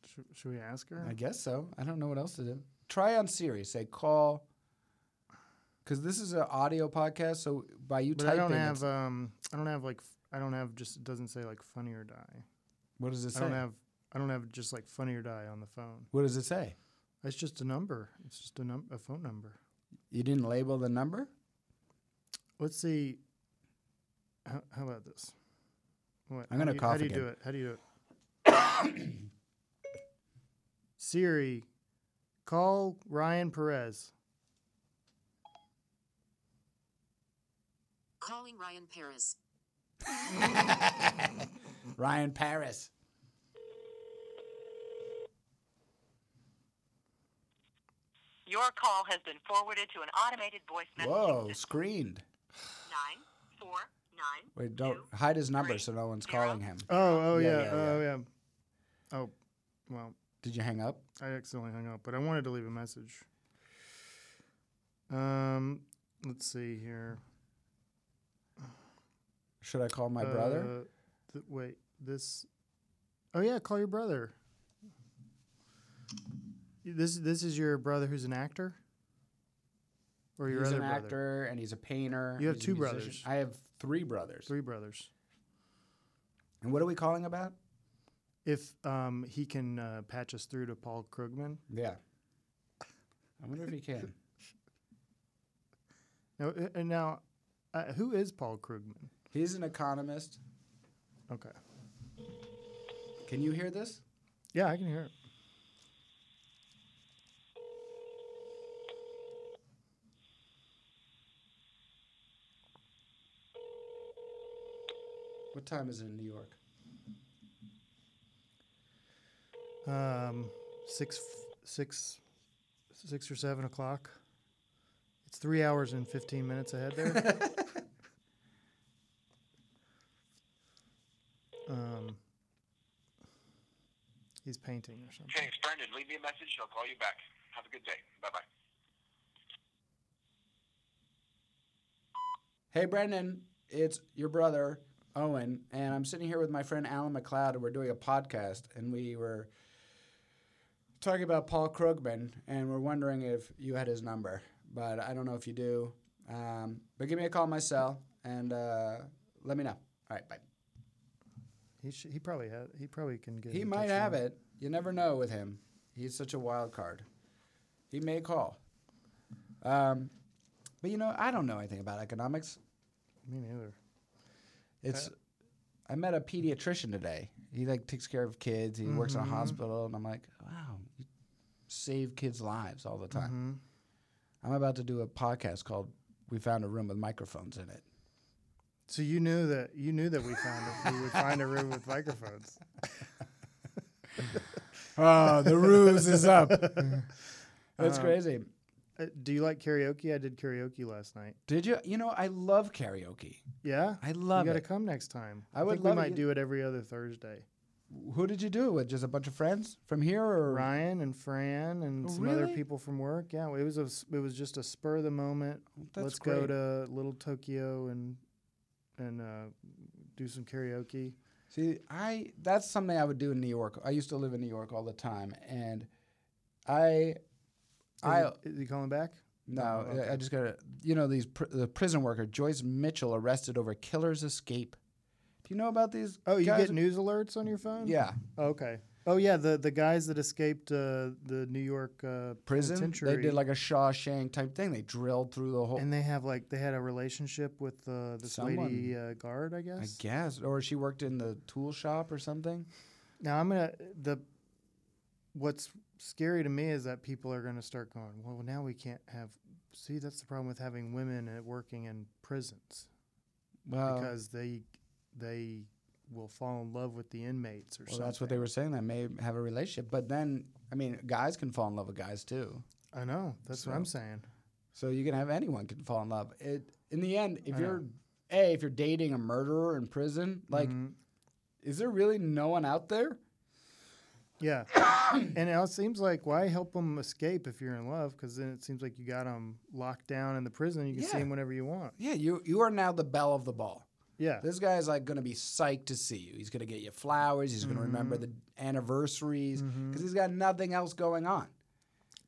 Should, should we ask her?
I guess so. I don't know what else to do. Try on Siri. Say call. Because this is an audio podcast, so by you
but I
typing,
don't
it's-
have. Um, I don't have like. f- I don't have just. It doesn't say like funny or die.
what does it
I
say?
don't have. I don't have just like funny or die on the phone.
What does it say?
It's just a number. It's just a num- a phone number.
You didn't label the number?
Let's see. How, how about this? What, how
I'm gonna
do you-
cough
How do you
again.
do it? How do you do it? Siri, call Ryan Perez.
Calling Ryan Perez.
Ryan Paris.
Your call has been forwarded to an automated voice message.
Whoa, screened.
Nine four nine.
Wait, don't hide his number so no one's calling him.
Oh, oh yeah,
Yeah, yeah,
oh yeah. Oh, well,
Did you hang up?
I accidentally hung up, but I wanted to leave a message. Um, let's see here.
Should I call my brother?
Uh, th- wait, this. Oh yeah, call your brother. This this is your brother who's an actor, or your
he's
other
an
brother?
actor and he's a painter.
You have
he's a
two
musician.
brothers.
I have three brothers.
Three brothers.
And what are we calling about?
If um, he can uh, patch us through to Paul Krugman.
Yeah. I wonder if he can.
Now, uh, and now, uh, who is Paul Krugman?
He's an economist.
Okay.
Can you hear this?
Yeah, I can hear it.
What time is it in New York?
Um, six, six, six or seven o'clock. It's three hours and fifteen minutes ahead there. um, he's painting or something.
Thanks, Brendan. Leave me a message. I'll call you back. Have a good day. Bye bye.
Hey, Brendan, it's your brother. Owen, and I'm sitting here with my friend Alan McLeod, and we're doing a podcast, and we were talking about Paul Krugman, and we're wondering if you had his number, but I don't know if you do. Um, but give me a call, my cell, and uh, let me know. All right, bye.
He sh- he probably had he probably can get.
He
in
might
touch
have
with-
it. You never know with him. He's such a wild card. He may call. Um, but you know, I don't know anything about economics.
Me neither.
It's. I met a pediatrician today. He like takes care of kids. He works
Mm-hmm.
in a hospital, and I'm like, wow, you save kids' lives all the time.
Mm-hmm.
I'm about to do a podcast called "We Found a Room with Microphones in It."
So you knew that you knew that we found a, we would find a room with microphones.
Oh, the ruse is up. That's crazy.
Uh, do you like karaoke? I did karaoke last night.
Did you? You know, I love karaoke.
Yeah,
I love
You got to
it.
come next time.
I would
think
love it.
we might
You-
do it every other Thursday.
Who did you do it with? Just a bunch of friends from here, or
Ryan and Fran and
Oh,
some other
really?
people from work. Yeah, it was a s- it was just a spur of the moment.
That's
Let's
great.
go to Little Tokyo and and uh, do some karaoke.
See, I that's something I would do in New York. I used to live in New York all the time, and I, I
Is he- is he calling back?
no, I- I
Oh, okay.
just got to you know these pr- the prison worker Joyce Mitchell arrested over killer's escape. Do you know about these?
Oh, you
guys?
get news alerts on your phone?
Yeah,
Okay. Oh yeah, the the guys that escaped uh, the New York uh,
prison.
Penitentiary,
They did like a Shawshank type thing. They drilled through the whole.
and they have like they had a relationship with uh, this lady uh, guard, I
I
guess.
guess, or she worked in the tool shop or something.
Now I'm gonna the. What's scary to me is that people are gonna start going. Well, now we can't have. See, that's the problem with having women at working in prisons
Well,
because they they will fall in love with the inmates or
well,
something.
that's what they were saying. That may have a relationship, but then I mean, guys can fall in love with guys too.
I know. That's what I'm saying.
So you can have anyone can fall in love. It in the end, if you're a if you're dating a murderer in prison, like,
Mm-hmm.
is there really no one out there?
Yeah, and it all seems like why help them escape if you're in love? Because then it seems like you got them locked down in the prison. You can see
Yeah.
them whenever you want.
Yeah, you you are now the belle of the ball.
Yeah,
This guy's like gonna be psyched to see you. He's gonna get you flowers. He's
Mm-hmm.
gonna remember the anniversaries because he's got nothing else going on.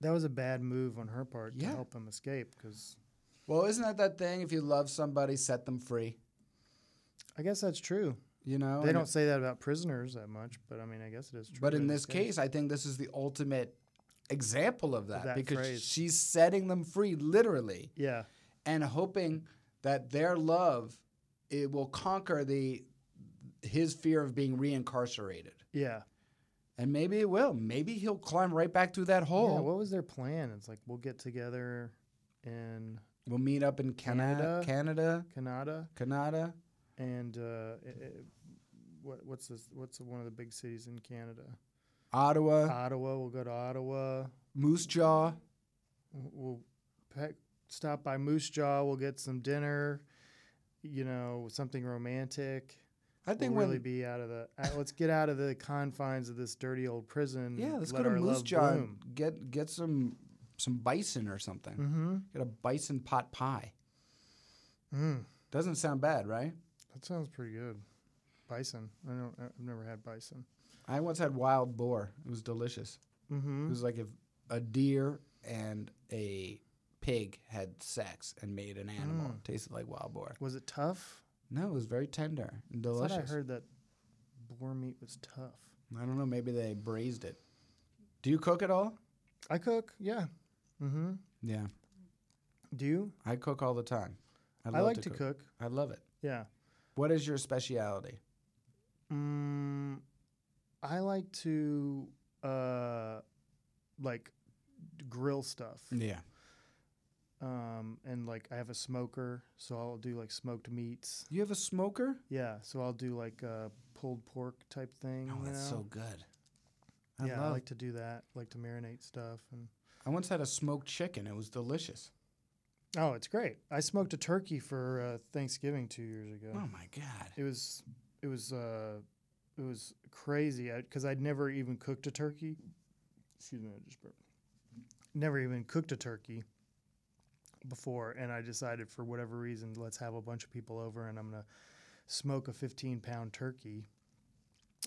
that was a bad move on her part
Yeah.
to help them escape. Because
Well, isn't that that thing? If you love somebody, set them free.
I guess that's true.
You know
They
And-
don't say that about prisoners that much, but I mean, I guess it is true.
But in this case, I think this is the ultimate example of that,
that
because
phrase.
she's setting them free literally.
yeah,
and hoping that their love it will conquer the his fear of being reincarcerated.
yeah,
And maybe it will. Maybe he'll climb right back through that hole.
yeah. What was their plan? It's like we'll get together in
we'll meet up in Canada, Canada,
Canada
Canada,
and uh, i i- what, what's this? What's one of the big cities in Canada?
Ottawa,
Ottawa. We'll go to Ottawa.
Moose Jaw.
we'll pack, stop by Moose Jaw. We'll get some dinner, you know, something romantic.
I think
We'll really
when
be out of the. out- let's get out of the confines of this dirty old prison.
yeah, let's
let
go to
our
Moose
love
Jaw.
bloom. Mm.
And get get some some bison or something. Mm-hmm. Get a bison pot pie. Doesn't sound bad, right?
Hmm, That sounds pretty good. Bison. I don't. I've never had bison.
I once had wild boar. It was delicious.
Mm-hmm.
It
Mm.
was like if a deer and a pig had sex and made an animal.
Mm.
It tasted like wild boar.
Was it tough?
No, it was very tender and
I
delicious.
thought I heard that boar meat was tough.
I don't know. Maybe they braised it. Do you cook at all?
I cook. Yeah. Mm-hmm.
Yeah,
Do you?
I cook all the time.
I,
love
like to cook.
I love it.
Yeah.
What is your speciality?
Mm, I like to uh, like d- grill stuff.
Yeah.
Um, and like I have a smoker, so I'll do like smoked meats.
You have a smoker?
Yeah, so I'll do like uh, pulled pork type thing.
Oh,
you
that's
know?
so good. I
yeah, I
love.
like to do that. Like to marinate stuff, and
I once had a smoked chicken. It was delicious.
oh, it's great. I smoked a turkey for uh, Thanksgiving two years ago.
Oh my god.
It was it was uh, it was crazy because I'd never even cooked a turkey. Excuse me, I just burped. Never even cooked a turkey before, and I decided for whatever reason, let's have a bunch of people over, and I'm gonna smoke a 15 pound turkey.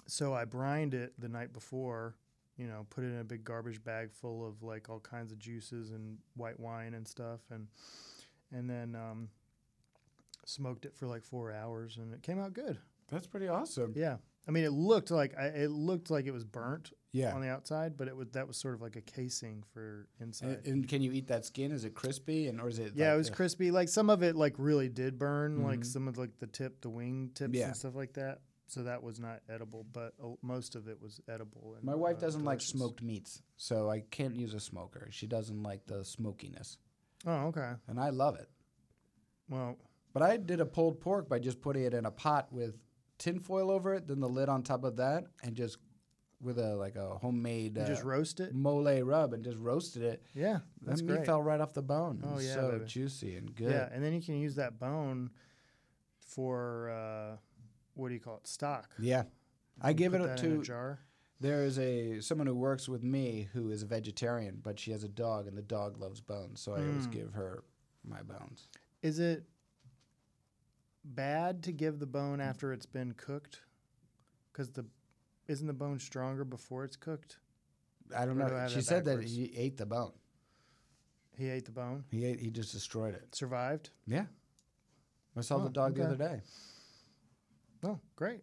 So I brined it the night before, you know, put it in a big garbage bag full of like all kinds of juices and white wine and stuff, and and then um, smoked it for like four hours, and it came out good.
That's pretty awesome.
Yeah, I mean, it looked like I, it looked like it was burnt
Yeah.
on the outside, but it was that was sort of like a casing for inside.
And, and can you eat that skin? Is it crispy and or is it?
yeah,
like
it was
the-
crispy. Like some of it, like really did burn. Like
Mhm.
some of like the tip, the wing tips
Yeah.
and stuff like that. So that was not edible, but uh, most of it was edible. And,
My wife
uh,
doesn't
delicious.
like smoked meats, so I can't use a smoker. She doesn't like the smokiness,
Oh, okay.
and I love it.
Well,
But I did a pulled pork by just putting it in a pot with tin foil over it, then the lid on top of that, and just with a like a homemade
you just
uh,
roast it.
mole rub and just roasted it.
Yeah, that's
that
great.
meat fell right off the bone.
Oh,
Oh
yeah,
yeah, so
baby.
juicy and good.
yeah, and then you can use that bone for uh, what do you call it? Stock.
Yeah. I give
Put
it
that in a
to
jar.
there is a someone who works with me who is a vegetarian, but she has a dog and the dog loves bones, so I always
Mm.
give her my bones.
Is it bad to give the bone after it's been cooked? Because the isn't the bone stronger before it's cooked?
I don't
Or
know.
do I have
she
that
said
backwards?
that he ate the bone.
He ate the bone,
He ate, he just destroyed it.
survived.
Yeah. I saw
Oh,
the dog the
okay.
other day.
Oh, great!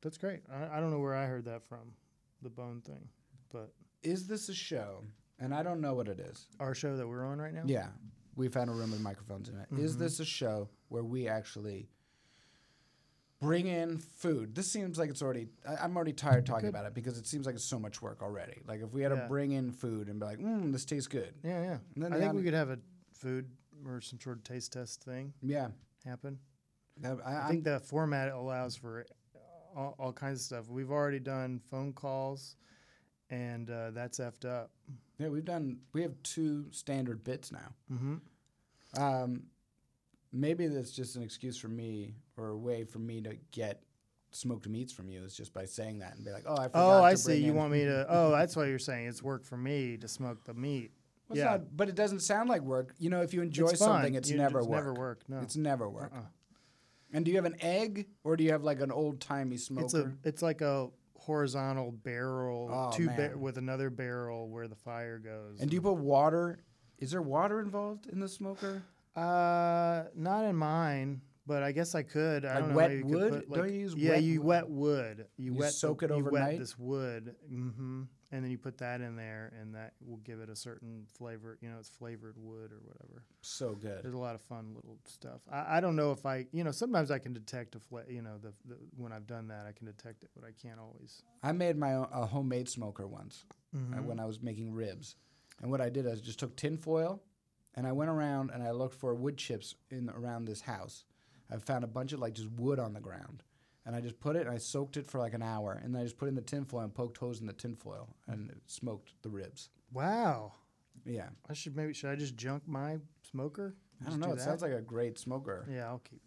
That's great. I, I don't know where I heard that from, the bone thing, but
Is this a show? And I don't know what it is.
our show that we're on right now.
Yeah. We found a room with microphones in it. Is
Mm-hmm.
this a show where we actually bring in food? This seems like it's already, I, I'm already tired talking about it because it seems like it's so much work already. Like if we had
Yeah.
to bring in food and be like, mm, this tastes good.
yeah, yeah.
And then
I
the
think we
audi-
could have a food or some sort of taste test thing
Yeah.
happen.
I, I,
I think the format allows for all, all kinds of stuff. We've already done phone calls, and uh, that's effed up.
yeah, we've done, we have two standard bits now.
Mm-hmm.
Um, maybe that's just an excuse for me or a way for me to get smoked meats from you is just by saying that and be like, oh, I forgot.
Oh,
to
I see.
bring
You
in-
want me to? Oh, that's why you're saying it's work for me to smoke the meat.
Well, it's
yeah,
not- but it doesn't sound like work. You know, if you enjoy something,
fun.
it's
You-
never
it's
work.
never work. No,
It's never work.
Uh-uh.
And do you have an egg or do you have like an old timey smoker?
it's a it's like a horizontal barrel,
Oh,
two ba-
man.
with another barrel where the fire goes.
and do you put water? Is there water involved in the smoker?
Uh, not in mine, but I guess I could. I
Like
don't know.
wet
maybe you could
wood?
put,
Don't you use
yeah,
wet
you
wood?
wet wood. You,
You
wet the-
soak it
You wet
overnight?
this wood, hmm and then you put that in there, and that will give it a certain flavor. You know, it's flavored wood or whatever.
So good.
There's a lot of fun little stuff. I, I don't know if I, you know, sometimes I can detect a fla- You know, the, the when I've done that, I can detect it, but I can't always.
I made my own, a homemade smoker once uh,
Mm-hmm.
when I was making ribs. And what I did is just took tin foil and I went around and I looked for wood chips in around this house. I found a bunch of like just wood on the ground. And I just put it and I soaked it for like an hour. And then I just put it in the tin foil and poked holes in the tin foil and it smoked the ribs.
Wow,
Yeah.
I should maybe should I just junk my smoker?
I don't know. it sounds like a great smoker.
yeah, I'll keep.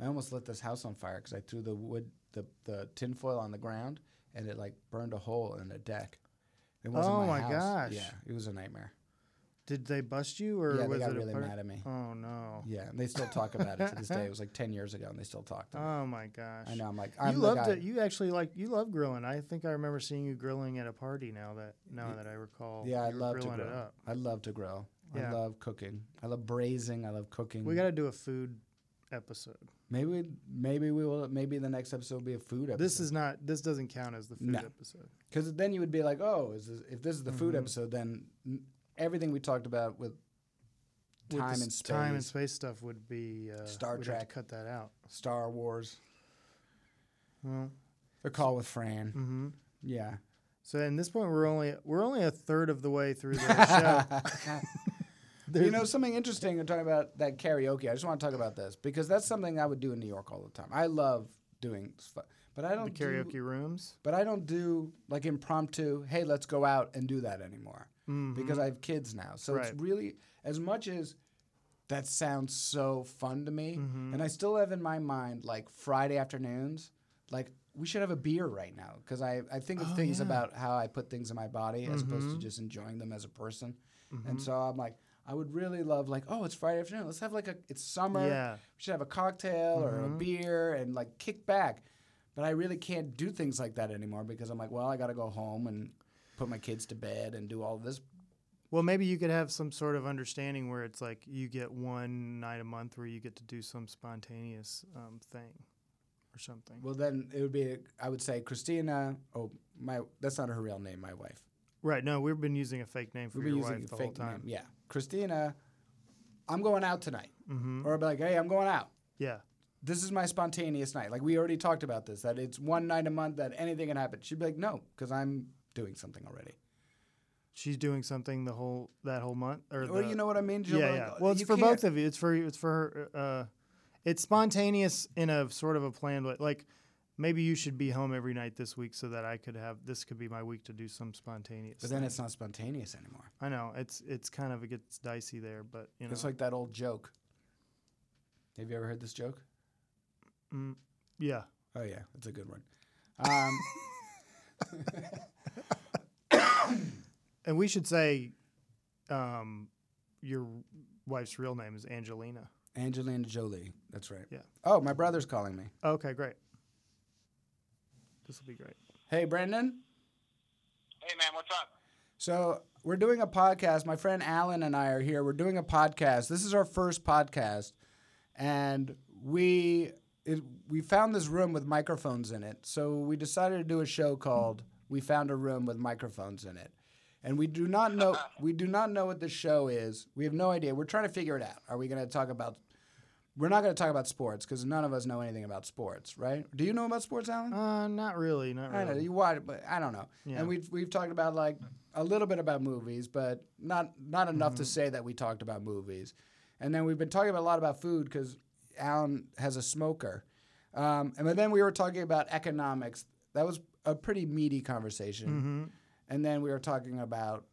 I almost lit this house on fire because I threw the wood, the, the tin foil on the ground and it like burned a hole in a deck. It wasn't
Oh my
my, house.
gosh.
Yeah, it was a nightmare.
Did they bust you or
yeah,
was
they got
it
really
a part-
mad at me.
Oh no.
Yeah, and they still talk about it to this day. It was like ten years ago, and they still talk. To me.
Oh my gosh.
I know. I'm like, I'm
you
the
loved
guy.
it. You actually like you love grilling. I think I remember seeing you grilling at a party. Now that now that I recall.
Yeah, I
you were
love to
grilling it
grill.
up.
I love to grill.
Yeah.
I love cooking. I love braising. I love cooking.
We got to do a food episode.
maybe we- maybe we will maybe the next episode will be a food episode.
This is not. This doesn't count as the food
No.
episode.
because then you would be like, oh, is this, if this is the food
Mm-hmm.
episode, then n- everything we talked about with
With
time
this
and space,
Time and space stuff would be uh,
Star
we'd have to
Trek.
cut that out.
Star Wars,
Well,
the call with Fran.
hmm
Yeah.
So at this point, we're only we're only a third of the way through the show.
you know something interesting. I'm talking about that karaoke. I just want to talk about this because that's something I would do in New York all the time. I love doing, s- fu- but I
The
don't
karaoke
Do,
rooms.
but I don't do like impromptu. Hey, let's go out and do that anymore because I have kids now. So
Mm-hmm. Right.
it's really as much as that sounds so fun to me,
Mm-hmm.
and I still have in my mind like Friday afternoons, like. We should have a beer right now because I, I think
Oh,
of
Mm-hmm.
things about how I put things in my body as opposed to just enjoying them as a person. And so I'm like, I would really love like, oh, it's Friday afternoon. Let's have like a it's summer.
Yeah.
We should have a cocktail or a
Mhm.
beer and like kick back. But I really can't do things like that anymore because I'm like, well, I got to go home and put my kids to bed and do all this.
Well, maybe you could have some sort of understanding where it's like you get one night a month where you get to do some spontaneous um, thing or something.
Well, then it would be I would say Christina. Oh, my that's not her real name. My wife.
Right. No, we've been using a fake name for
We've
your
been
wife
using a
the
fake
whole
name.
time.
Yeah, Christina. I'm going out tonight,
Mm-hmm.
or I'll be like, hey, I'm going out.
Yeah.
This is my spontaneous night. Like we already talked about this. That it's one night a month that anything can happen. She'd be like, no, because I'm doing something already.
She's doing something the whole that whole month, or,
Or
the-
you know what I mean? She'll
Yeah,
be like,
yeah.
"Oh,
Well, it's
you
for
can't."
both of you. It's for it's for her. Uh, it's spontaneous in a sort of a planned way. Like maybe you should be home every night this week so that I could have this could be my week to do some spontaneous.
But then it's not spontaneous anymore.
I know it's it's kind of it gets dicey there, but you know.
It's like that old joke. Have you ever heard this joke?
Mm, yeah.
Oh yeah, that's a good one. Um,
And we should say, um, your wife's real name is Angelina.
Angelina Jolie. That's right.
Yeah.
Oh, my brother's calling me.
Okay, great. This will be great.
Hey, Brandon.
Hey, man, what's up?
So we're doing a podcast. My friend Alan and I are here. We're doing a podcast. This is our first podcast, and we it, we found this room with microphones in it. So we decided to do a show called "We Found a Room with Microphones in It," and we do not know we do not know what the show is. We have no idea. We're trying to figure it out. Are we going to talk about? We're not going to talk about sports because none of us know anything about sports, right? Do you know about sports, Alan?
Uh, not really, not
I
really.
don't know you watch, it, but I don't know.
Yeah.
And we've we've talked about like a little bit about movies, but not not enough
Mm-hmm.
to say that we talked about movies. And then we've been talking about, a lot about food because Alan has a smoker. Um, and then we were talking about economics. That was a pretty meaty conversation.
Mm-hmm.
And then we were talking about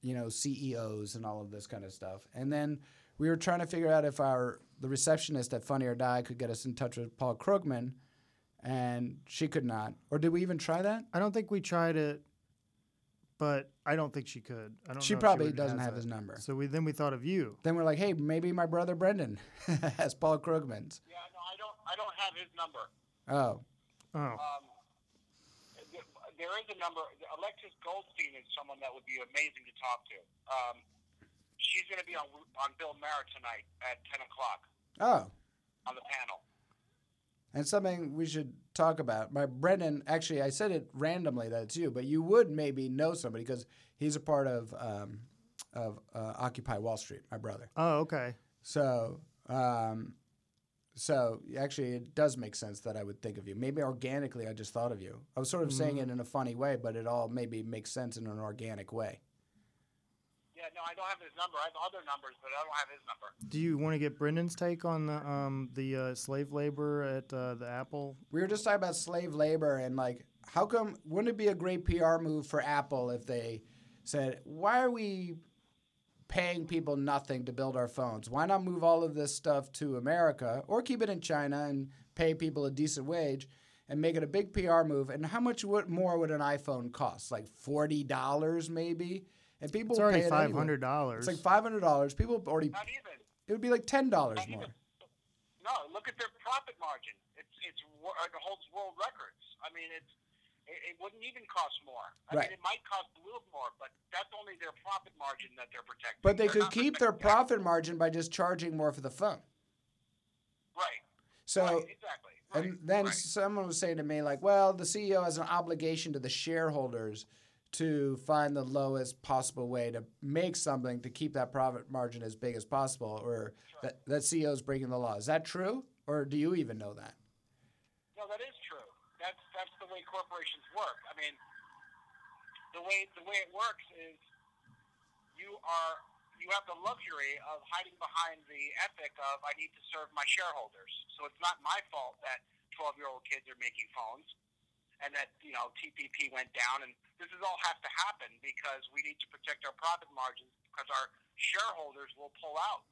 you know CEOs and all of this kind of stuff. And then we were trying to figure out if our the receptionist at Funny or Die could get us in touch with Paul Krugman, and she could not. Or did we even try that?
I don't think we tried it, but I don't think she could. I don't.
She
know if
probably
would
doesn't
has
have
it.
his number.
So we then we thought of you.
Then we're like, hey, maybe my brother Brendan has Paul Krugman's.
Yeah, no, I don't. I don't have his number.
Oh,
Oh,
Um, th- there is a number. Alexis Goldstein is someone that would be amazing to talk to. Um, she's going to be on on Bill Maher tonight at ten o'clock
oh,
on the panel.
and something we should talk about. My Brendan, actually, I said it randomly that it's you, but you would maybe know somebody because he's a part of um, of uh, Occupy Wall Street. My brother.
oh, okay.
So, um, so actually, it does make sense that I would think of you. Maybe organically, I just thought of you. I was sort of saying it in a funny way, but it all maybe makes sense in an organic way.
Yeah, no, I don't have his number. I have other numbers, but I don't have his number.
Do you want to get Brendan's take on the um, the uh, slave labor at uh, the Apple?
We were just talking about slave labor and like, how come wouldn't it be a great PR move for Apple if they said, why are we paying people nothing to build our phones? Why not move all of this stuff to America or keep it in China and pay people a decent wage and make it a big PR move? And how much would, more would an iPhone cost? Like $40 maybe? And people
It's
would
already
pay it
five
anyway.
hundred dollars.
It's like $500. People have already,
Not even.
it would be like $10 more.
No, look at their profit margin. It's it's wor- it holds world records. I mean, it's it, it wouldn't even cost more. I
Right.
mean, it might cost a little more, but that's only their profit margin that they're protecting.
But they
They're
could
not
keep their profit
protecting-
margin by just charging more for the phone.
Right.
So,
right, exactly. Right,
and then
right.
someone was saying to me, like, well, the CEO has an obligation to the shareholders to find the lowest possible way to make something to keep that profit margin as big as possible, or that, that CEO is breaking the law. Is that true? Or do you even know that?
No, that is true. That's that's the way corporations work. I mean, the way the way it works is you are you have the luxury of hiding behind the ethic of I need to serve my shareholders. So it's not my fault that 12-year-old kids are making phones and that, you know, TPP went down and this is all has to happen because we need to protect our profit margins because our shareholders will pull out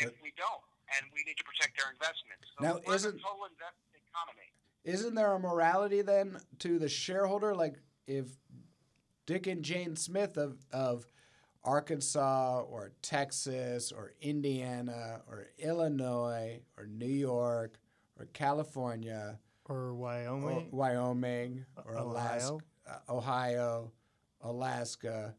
if we don't and we need to protect their investments. So
Now,
we're in a
isn't-
total investment economy.
Isn't there a morality then to the shareholder? Like, if Dick and Jane Smith of, of Arkansas or Texas or Indiana or Illinois or New York or California
or
or Oh,
Wyoming.
Wyoming or Alaska,
Ohio.
uh, Ohio, Alaska,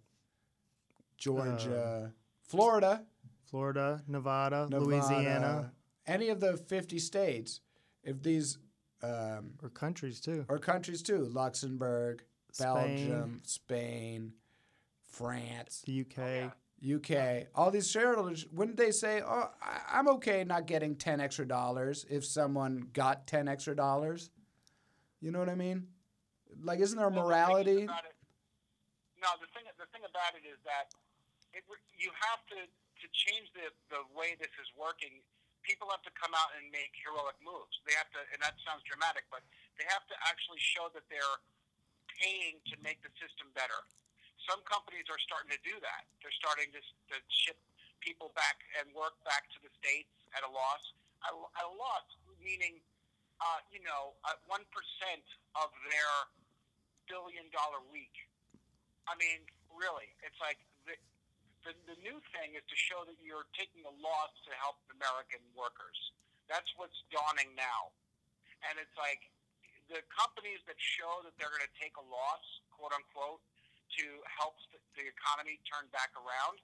Uh,
Georgia, Florida,
Florida, Nevada,
Nevada,
Louisiana,
any of the 50 states, if these um,
or countries too.
or countries too, Luxembourg,
Spain.
Belgium, Oh, Spain, France,
The UK.
UK, all these shareholders, wouldn't they say, "Oh, I, I'm okay not getting ten extra dollars if someone got ten extra dollars"? You know what I mean? Like, isn't there
Well, the
morality?
thing is about it- No, the thing the thing about it is that it, re- you have to to change the the way this is working. People have to come out and make heroic moves. They have to, and that sounds dramatic, but they have to actually show that they're paying to make the system better. Some companies are starting to do that. They're starting to, s- to ship people back and work back to the states at a loss. At, a- at a loss, meaning, uh, you know, one percent of their billion dollar week. I mean, really, it's like the, the the new thing is to show that you're taking a loss to help American workers. That's what's dawning now, and it's like the companies that show that they're going to take a loss, quote unquote, to help st- the economy turn back around,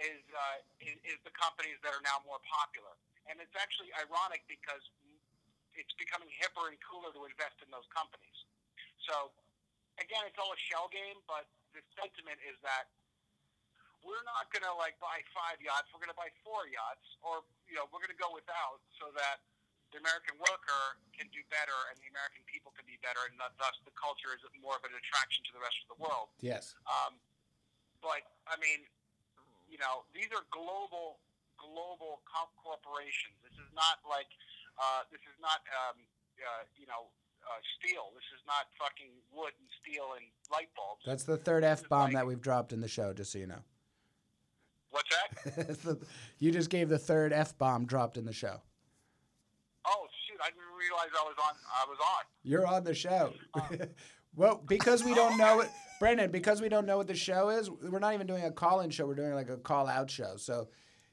is uh, is, is the companies that are now more popular. And it's actually ironic because it's becoming hipper and cooler to invest in those companies. So again, it's all a shell game, but the sentiment is that we're not going to like buy five yachts. We're going to buy four yachts, or you know, we're going to go without, so that the American worker can do better and the American people can be better, and th- thus the culture is more of an attraction to the rest of the world.
Yes.
Um, but I mean, you know, these are global global co- corporations. This is not like uh, this is not um, uh, you know uh, steel. This is not fucking wood and steel and light bulbs.
That's the third
This
f
is
bomb
like-
that we've dropped in the show. Just so you know,
What's that?
It's the- you just gave the third f bomb dropped in the show.
Oh shoot! I didn't realize I was on. I was on.
You're on the show.
Uh,
well, because we don't know it, Brendan. Because we don't know what the show is, we're not even doing a call-in show. We're doing like a call-out show. So,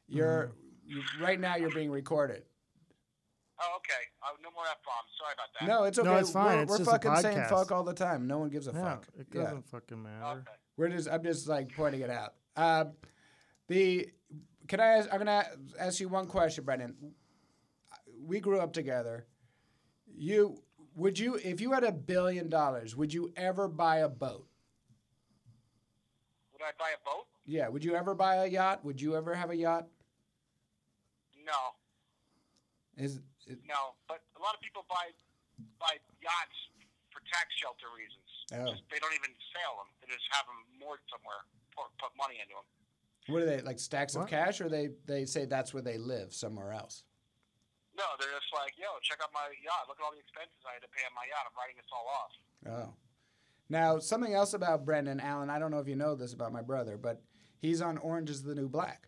you're
Mm-hmm.
you- right now you're being recorded.
Oh okay. Uh, no more f bombs. Sorry about that.
No, it's okay.
No, it's fine.
We're,
It's
we're
just a
fucking saying
podcast.
fuck all the time. No one gives a
Yeah,
fuck.
it
Yeah.
doesn't fucking matter.
Okay.
We're just I'm just like pointing it out. Um, the can I ask, I'm gonna ask you one question, Brendan. We grew up together. You would you if you had a billion dollars, would you ever buy a boat?
Would I buy a boat?
Yeah. Would you ever buy a yacht? Would you ever have a yacht?
No,
Is it,
no. But a lot of people buy buy yachts for tax shelter reasons.
Oh.
Just, they don't even sell them. They just have them moored somewhere. Put, put money into them.
what are they like stacks
What?
of cash, or they they say that's where they live somewhere else?
No, they're just like, yo, check out my yacht. Look at all the expenses I had to pay on my yacht. I'm writing this all off.
Oh. Now, something else about Brendan Allen, I don't know if you know this about my brother, but he's on Orange is the New Black.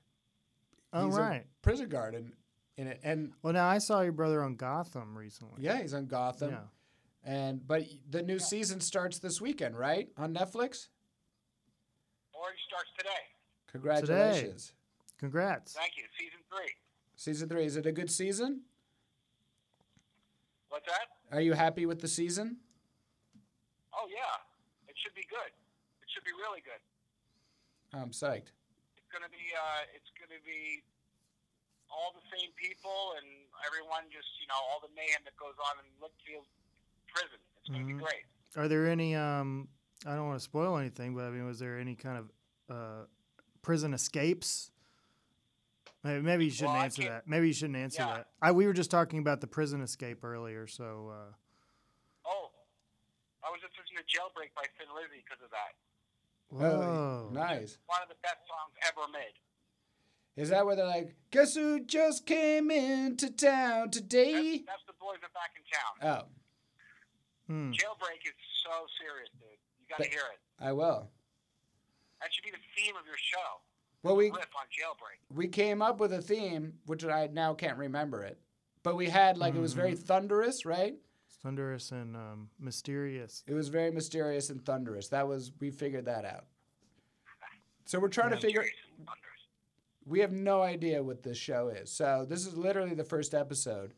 Oh,
he's
right.
A prison guard in, in it. And
Well, now I saw your brother on Gotham recently.
yeah, he's on Gotham.
Yeah.
And but the new season starts this weekend, right? On Netflix?
Orange starts today.
Congratulations.
Congrats.
Thank you. Season three.
Season 3, is it a good season?
What's that?
Are you happy with the season?
Oh yeah, it should be good. It should be really good.
I'm psyched.
It's gonna be. Uh, it's gonna be all the same people and everyone just you know all the mayhem that goes on in Litchfield prison. It's gonna
Mhm.
be great.
Are there any? Um, I don't want to spoil anything, but I mean, was there any kind of uh, prison escapes? Maybe, maybe you shouldn't
Well, I
answer
can't-
that. Maybe you shouldn't answer
Yeah.
that. I we were just talking about the prison escape earlier, so uh,
Oh, I was just listening to Jailbreak by Thin Lizzy because of that.
Oh,
whoa,
nice.
One of the best songs ever made.
Is that where they're like, guess who just came into town today?
That's, that's the boys are back in town.
Oh,
Hmm.
Jailbreak is so serious, dude. You got to
Um. But-
hear it.
I will.
That should be the theme of your show.
Well, we
Riff on Jailbreak.
we came up with a theme, which I now can't remember it, but we had like it was very
Mm-hmm.
thunderous, right?
It's thunderous and um, mysterious.
It was very mysterious and thunderous. That was we figured that out. So we're trying to
Mysteries
figure.
and wonders.
We have no idea what this show is. So this is literally the first episode,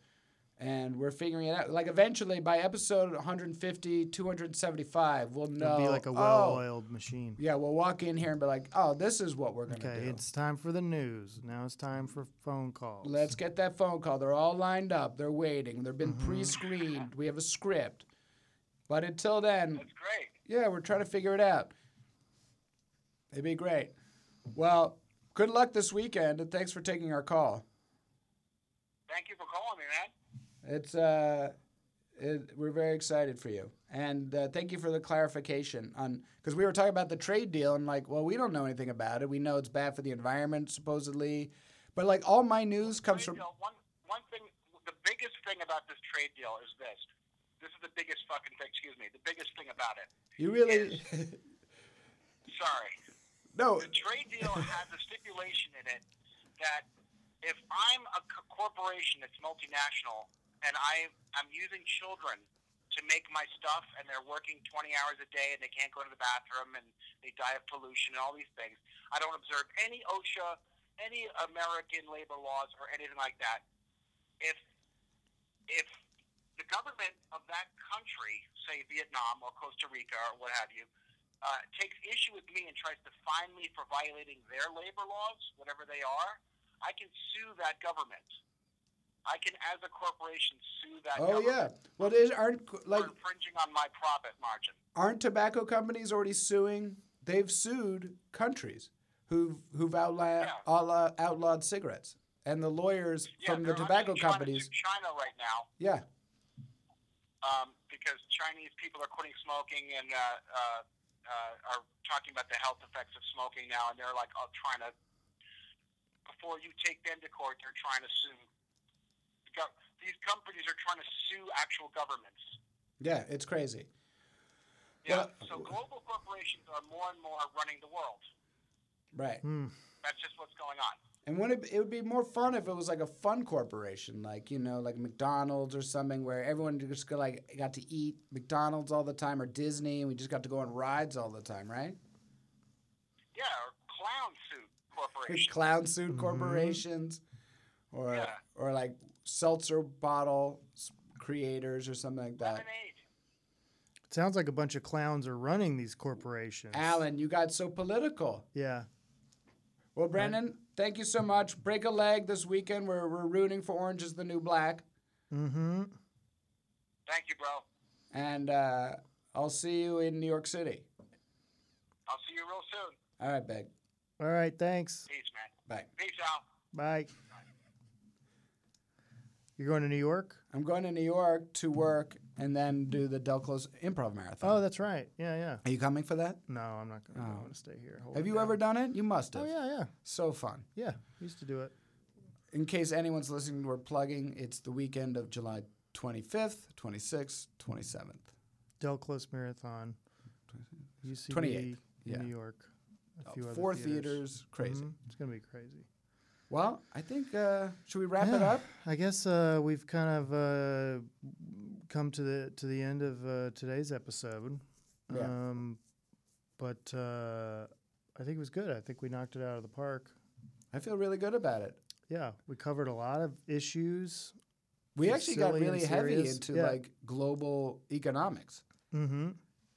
and we're figuring it out. Like eventually, by episode 150, 275, we'll know.
It'll be like a
oh,
well-oiled machine.
yeah, we'll walk in here and be like, "Oh, this is what we're gonna
Okay,
do."
it's time for the news. Now it's time for phone calls.
Let's get that phone call. They're all lined up. They're waiting. They've
Mm-hmm.
been pre-screened. We have a script. But until then,
That's great.
yeah, we're trying to figure it out. It'd be great. Well, good luck this weekend, and thanks for taking our call.
Thank you for calling me, man.
It's uh, it, we're very excited for you, and uh, thank you for the clarification on because we were talking about the trade deal and like, well, we don't know anything about it. We know it's bad for the environment, supposedly, but like all my news comes from
Trade deal, one one thing. The biggest thing about this trade deal is this. This is the biggest fucking thing. Excuse me. The biggest thing about it.
you really
Sorry.
no.
The trade deal has a stipulation in it that if I'm a co- corporation that's multinational and I I'm using children to make my stuff and they're working 20 hours a day and they can't go to the bathroom and they die of pollution and all these things, I don't observe any OSHA, any American labor laws or anything like that. If if the government of that country, say Vietnam or Costa Rica or what have you, uh, takes issue with me and tries to fine me for violating their labor laws, whatever they are, I can sue that government. I can, as a corporation, sue that
Oh yeah,
government
well, there's aren't like
for infringing on my profit margin.
aren't tobacco companies already suing? They've sued countries who've who've outlawed
Yeah.
outlawed, outlawed cigarettes, and the lawyers
Yeah,
from the
they're actually
tobacco
trying to
companies.
sue China right now
Yeah,
um, because Chinese people are quitting smoking and uh, uh, uh, are talking about the health effects of smoking now, and they're like oh, trying to. Before you take them to court, they're trying to sue. the gov- These companies are trying to sue actual governments.
yeah, it's crazy.
Yeah.
Well-
so global corporations are more and more running the world.
Right.
That's just what's going on.
And wouldn't it, it would be more fun if it was like a fun corporation, like you know, like McDonald's or something, where everyone just got like got to eat McDonald's all the time, or Disney, and we just got to go on rides all the time, right?
Yeah, or clown suit
Like
corporations.
clown suit corporations, or
Yeah.
or like seltzer bottle s- creators or something like that.
Lemonade.
It sounds like a bunch of clowns are running these corporations.
Alan, you got so political.
Yeah.
Well, Brandon, thank you so much. Break a leg this weekend. We're we're rooting for Orange is the New Black,
Mm-hmm.
Thank you, bro.
and uh, I'll see you in New York City.
I'll see you real soon.
All right, big.
All right. Thanks.
Peace, man.
Bye.
Peace out.
Bye. You're going to New York?
I'm going to New York to work and then do the Del Close Improv Marathon.
Oh, that's right. Yeah, yeah.
Are you coming for that?
No, I'm not going to. I want to stay here. Hold
Have
it
you
down.
ever done it? You must have.
Oh yeah, yeah,
So fun.
yeah. Used to do it.
In case anyone's listening, we're plugging. It's the weekend of July 25th, 26th, 27th.
Del Close Marathon. UCB
28th,
in
yeah. Oh,
New York. A few other
Four
theaters.
theaters. Crazy.
Mhm. It's gonna be crazy.
Well, I think, uh, should we wrap it
Yeah.
up?
I guess uh, we've kind of uh, come to the to the end of uh, today's episode.
Yeah.
Um, but uh, I think it was good. I think we knocked it out of the park.
I feel really good about it.
Yeah, we covered a lot of issues.
We
It's
actually got
silly and
really heavy
serious.
into
Yeah.
like global economics.
Mm-hmm.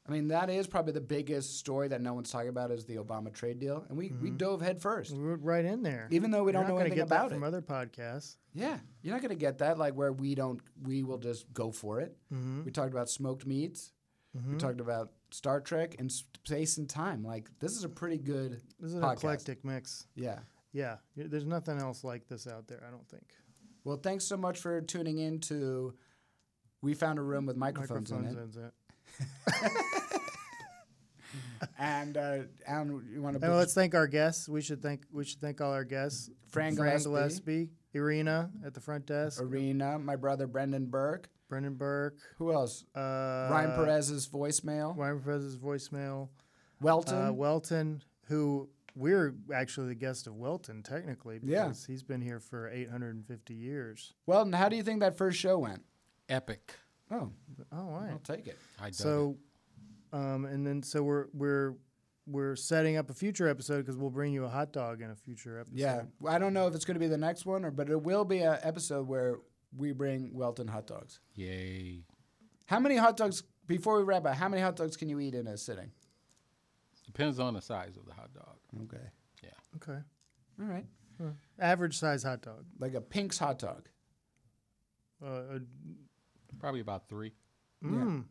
I mean, that is probably the biggest story that no one's talking about is the Obama trade deal. And we, we dove head first.
We were right in there.
Even though we
Mm-hmm. You're
don't
not
know
gonna
anything
get that
about it.
from other podcasts.
Yeah, you're not going to get that like where we don't we will just go for it.
Mhm.
We talked about smoked meats.
Mm-hmm.
We talked about Star Trek and space and time. Like this is a pretty good
This is an
podcast.
eclectic mix.
Yeah.
Yeah, y- there's nothing else like this out there. I don't think.
Well, thanks so much for tuning in to We Found a Room with Microphones, in it.
ends it.
And uh, Alan, you want to
And let's thank our guests. We should thank we should thank all our guests.
Fran Gillespie.
Gillespie, Irina at the front desk,
Arena, my brother Brendan Burke.
Brendan Burke,
Who else?
uh,
Ryan Perez's voicemail.
Ryan Perez's voicemail,
Welton.
uh, Welton, who we're actually the guest of Welton technically
Yeah.
because he's been here for 850 years.
Welton, how do you think that first show went?
Epic.
Oh,
Oh, wow.
I'll take it.
I dug it.
So, um, and then so we're we're we're setting up a future episode because we'll bring you a hot dog in a future episode.
Yeah, Well, I don't know if it's going to be the next one, or but it will be an episode where we bring Welton hot dogs.
Yay.
How many hot dogs? Before we wrap up, how many hot dogs can you eat in a sitting?
Depends on the size of the hot dog.
Okay,
Okay.
all right,
Average size hot dog.
like a Pink's hot dog.
Uh, uh,
Probably about three.
mm,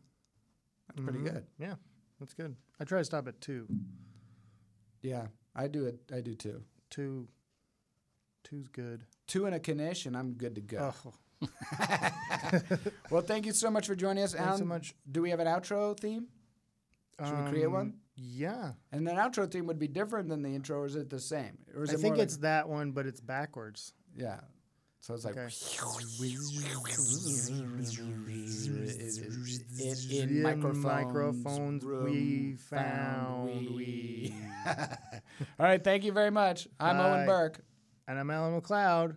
That's pretty
Mhm.
good.
yeah. that's good. I try to stop at two.
Yeah, I do it. I do too.
Two. Two's good.
Two in a Kanish, and I'm good to go.
Oh,
Well, thank you so much for joining us,
Thanks so
Alan.
much. Um,
Do we have an outro theme? Should we create one?
Yeah.
And an outro theme would be different than the intro, or is it the same? Or is
I
it
think
more
it's that one, but it's backwards.
like, yeah. So it's like
Okay.
it in,
In
microphones,
microphones
room
we found we.
All right, thank you very much. I'm
Bye.
Owen Burke.
And I'm Alan McLeod.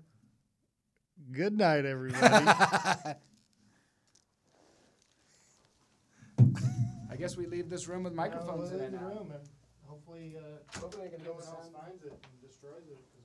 Good night, everybody.
I guess we leave this room with microphones in it now.
Hopefully, uh, hopefully, no one else finds it and destroys it.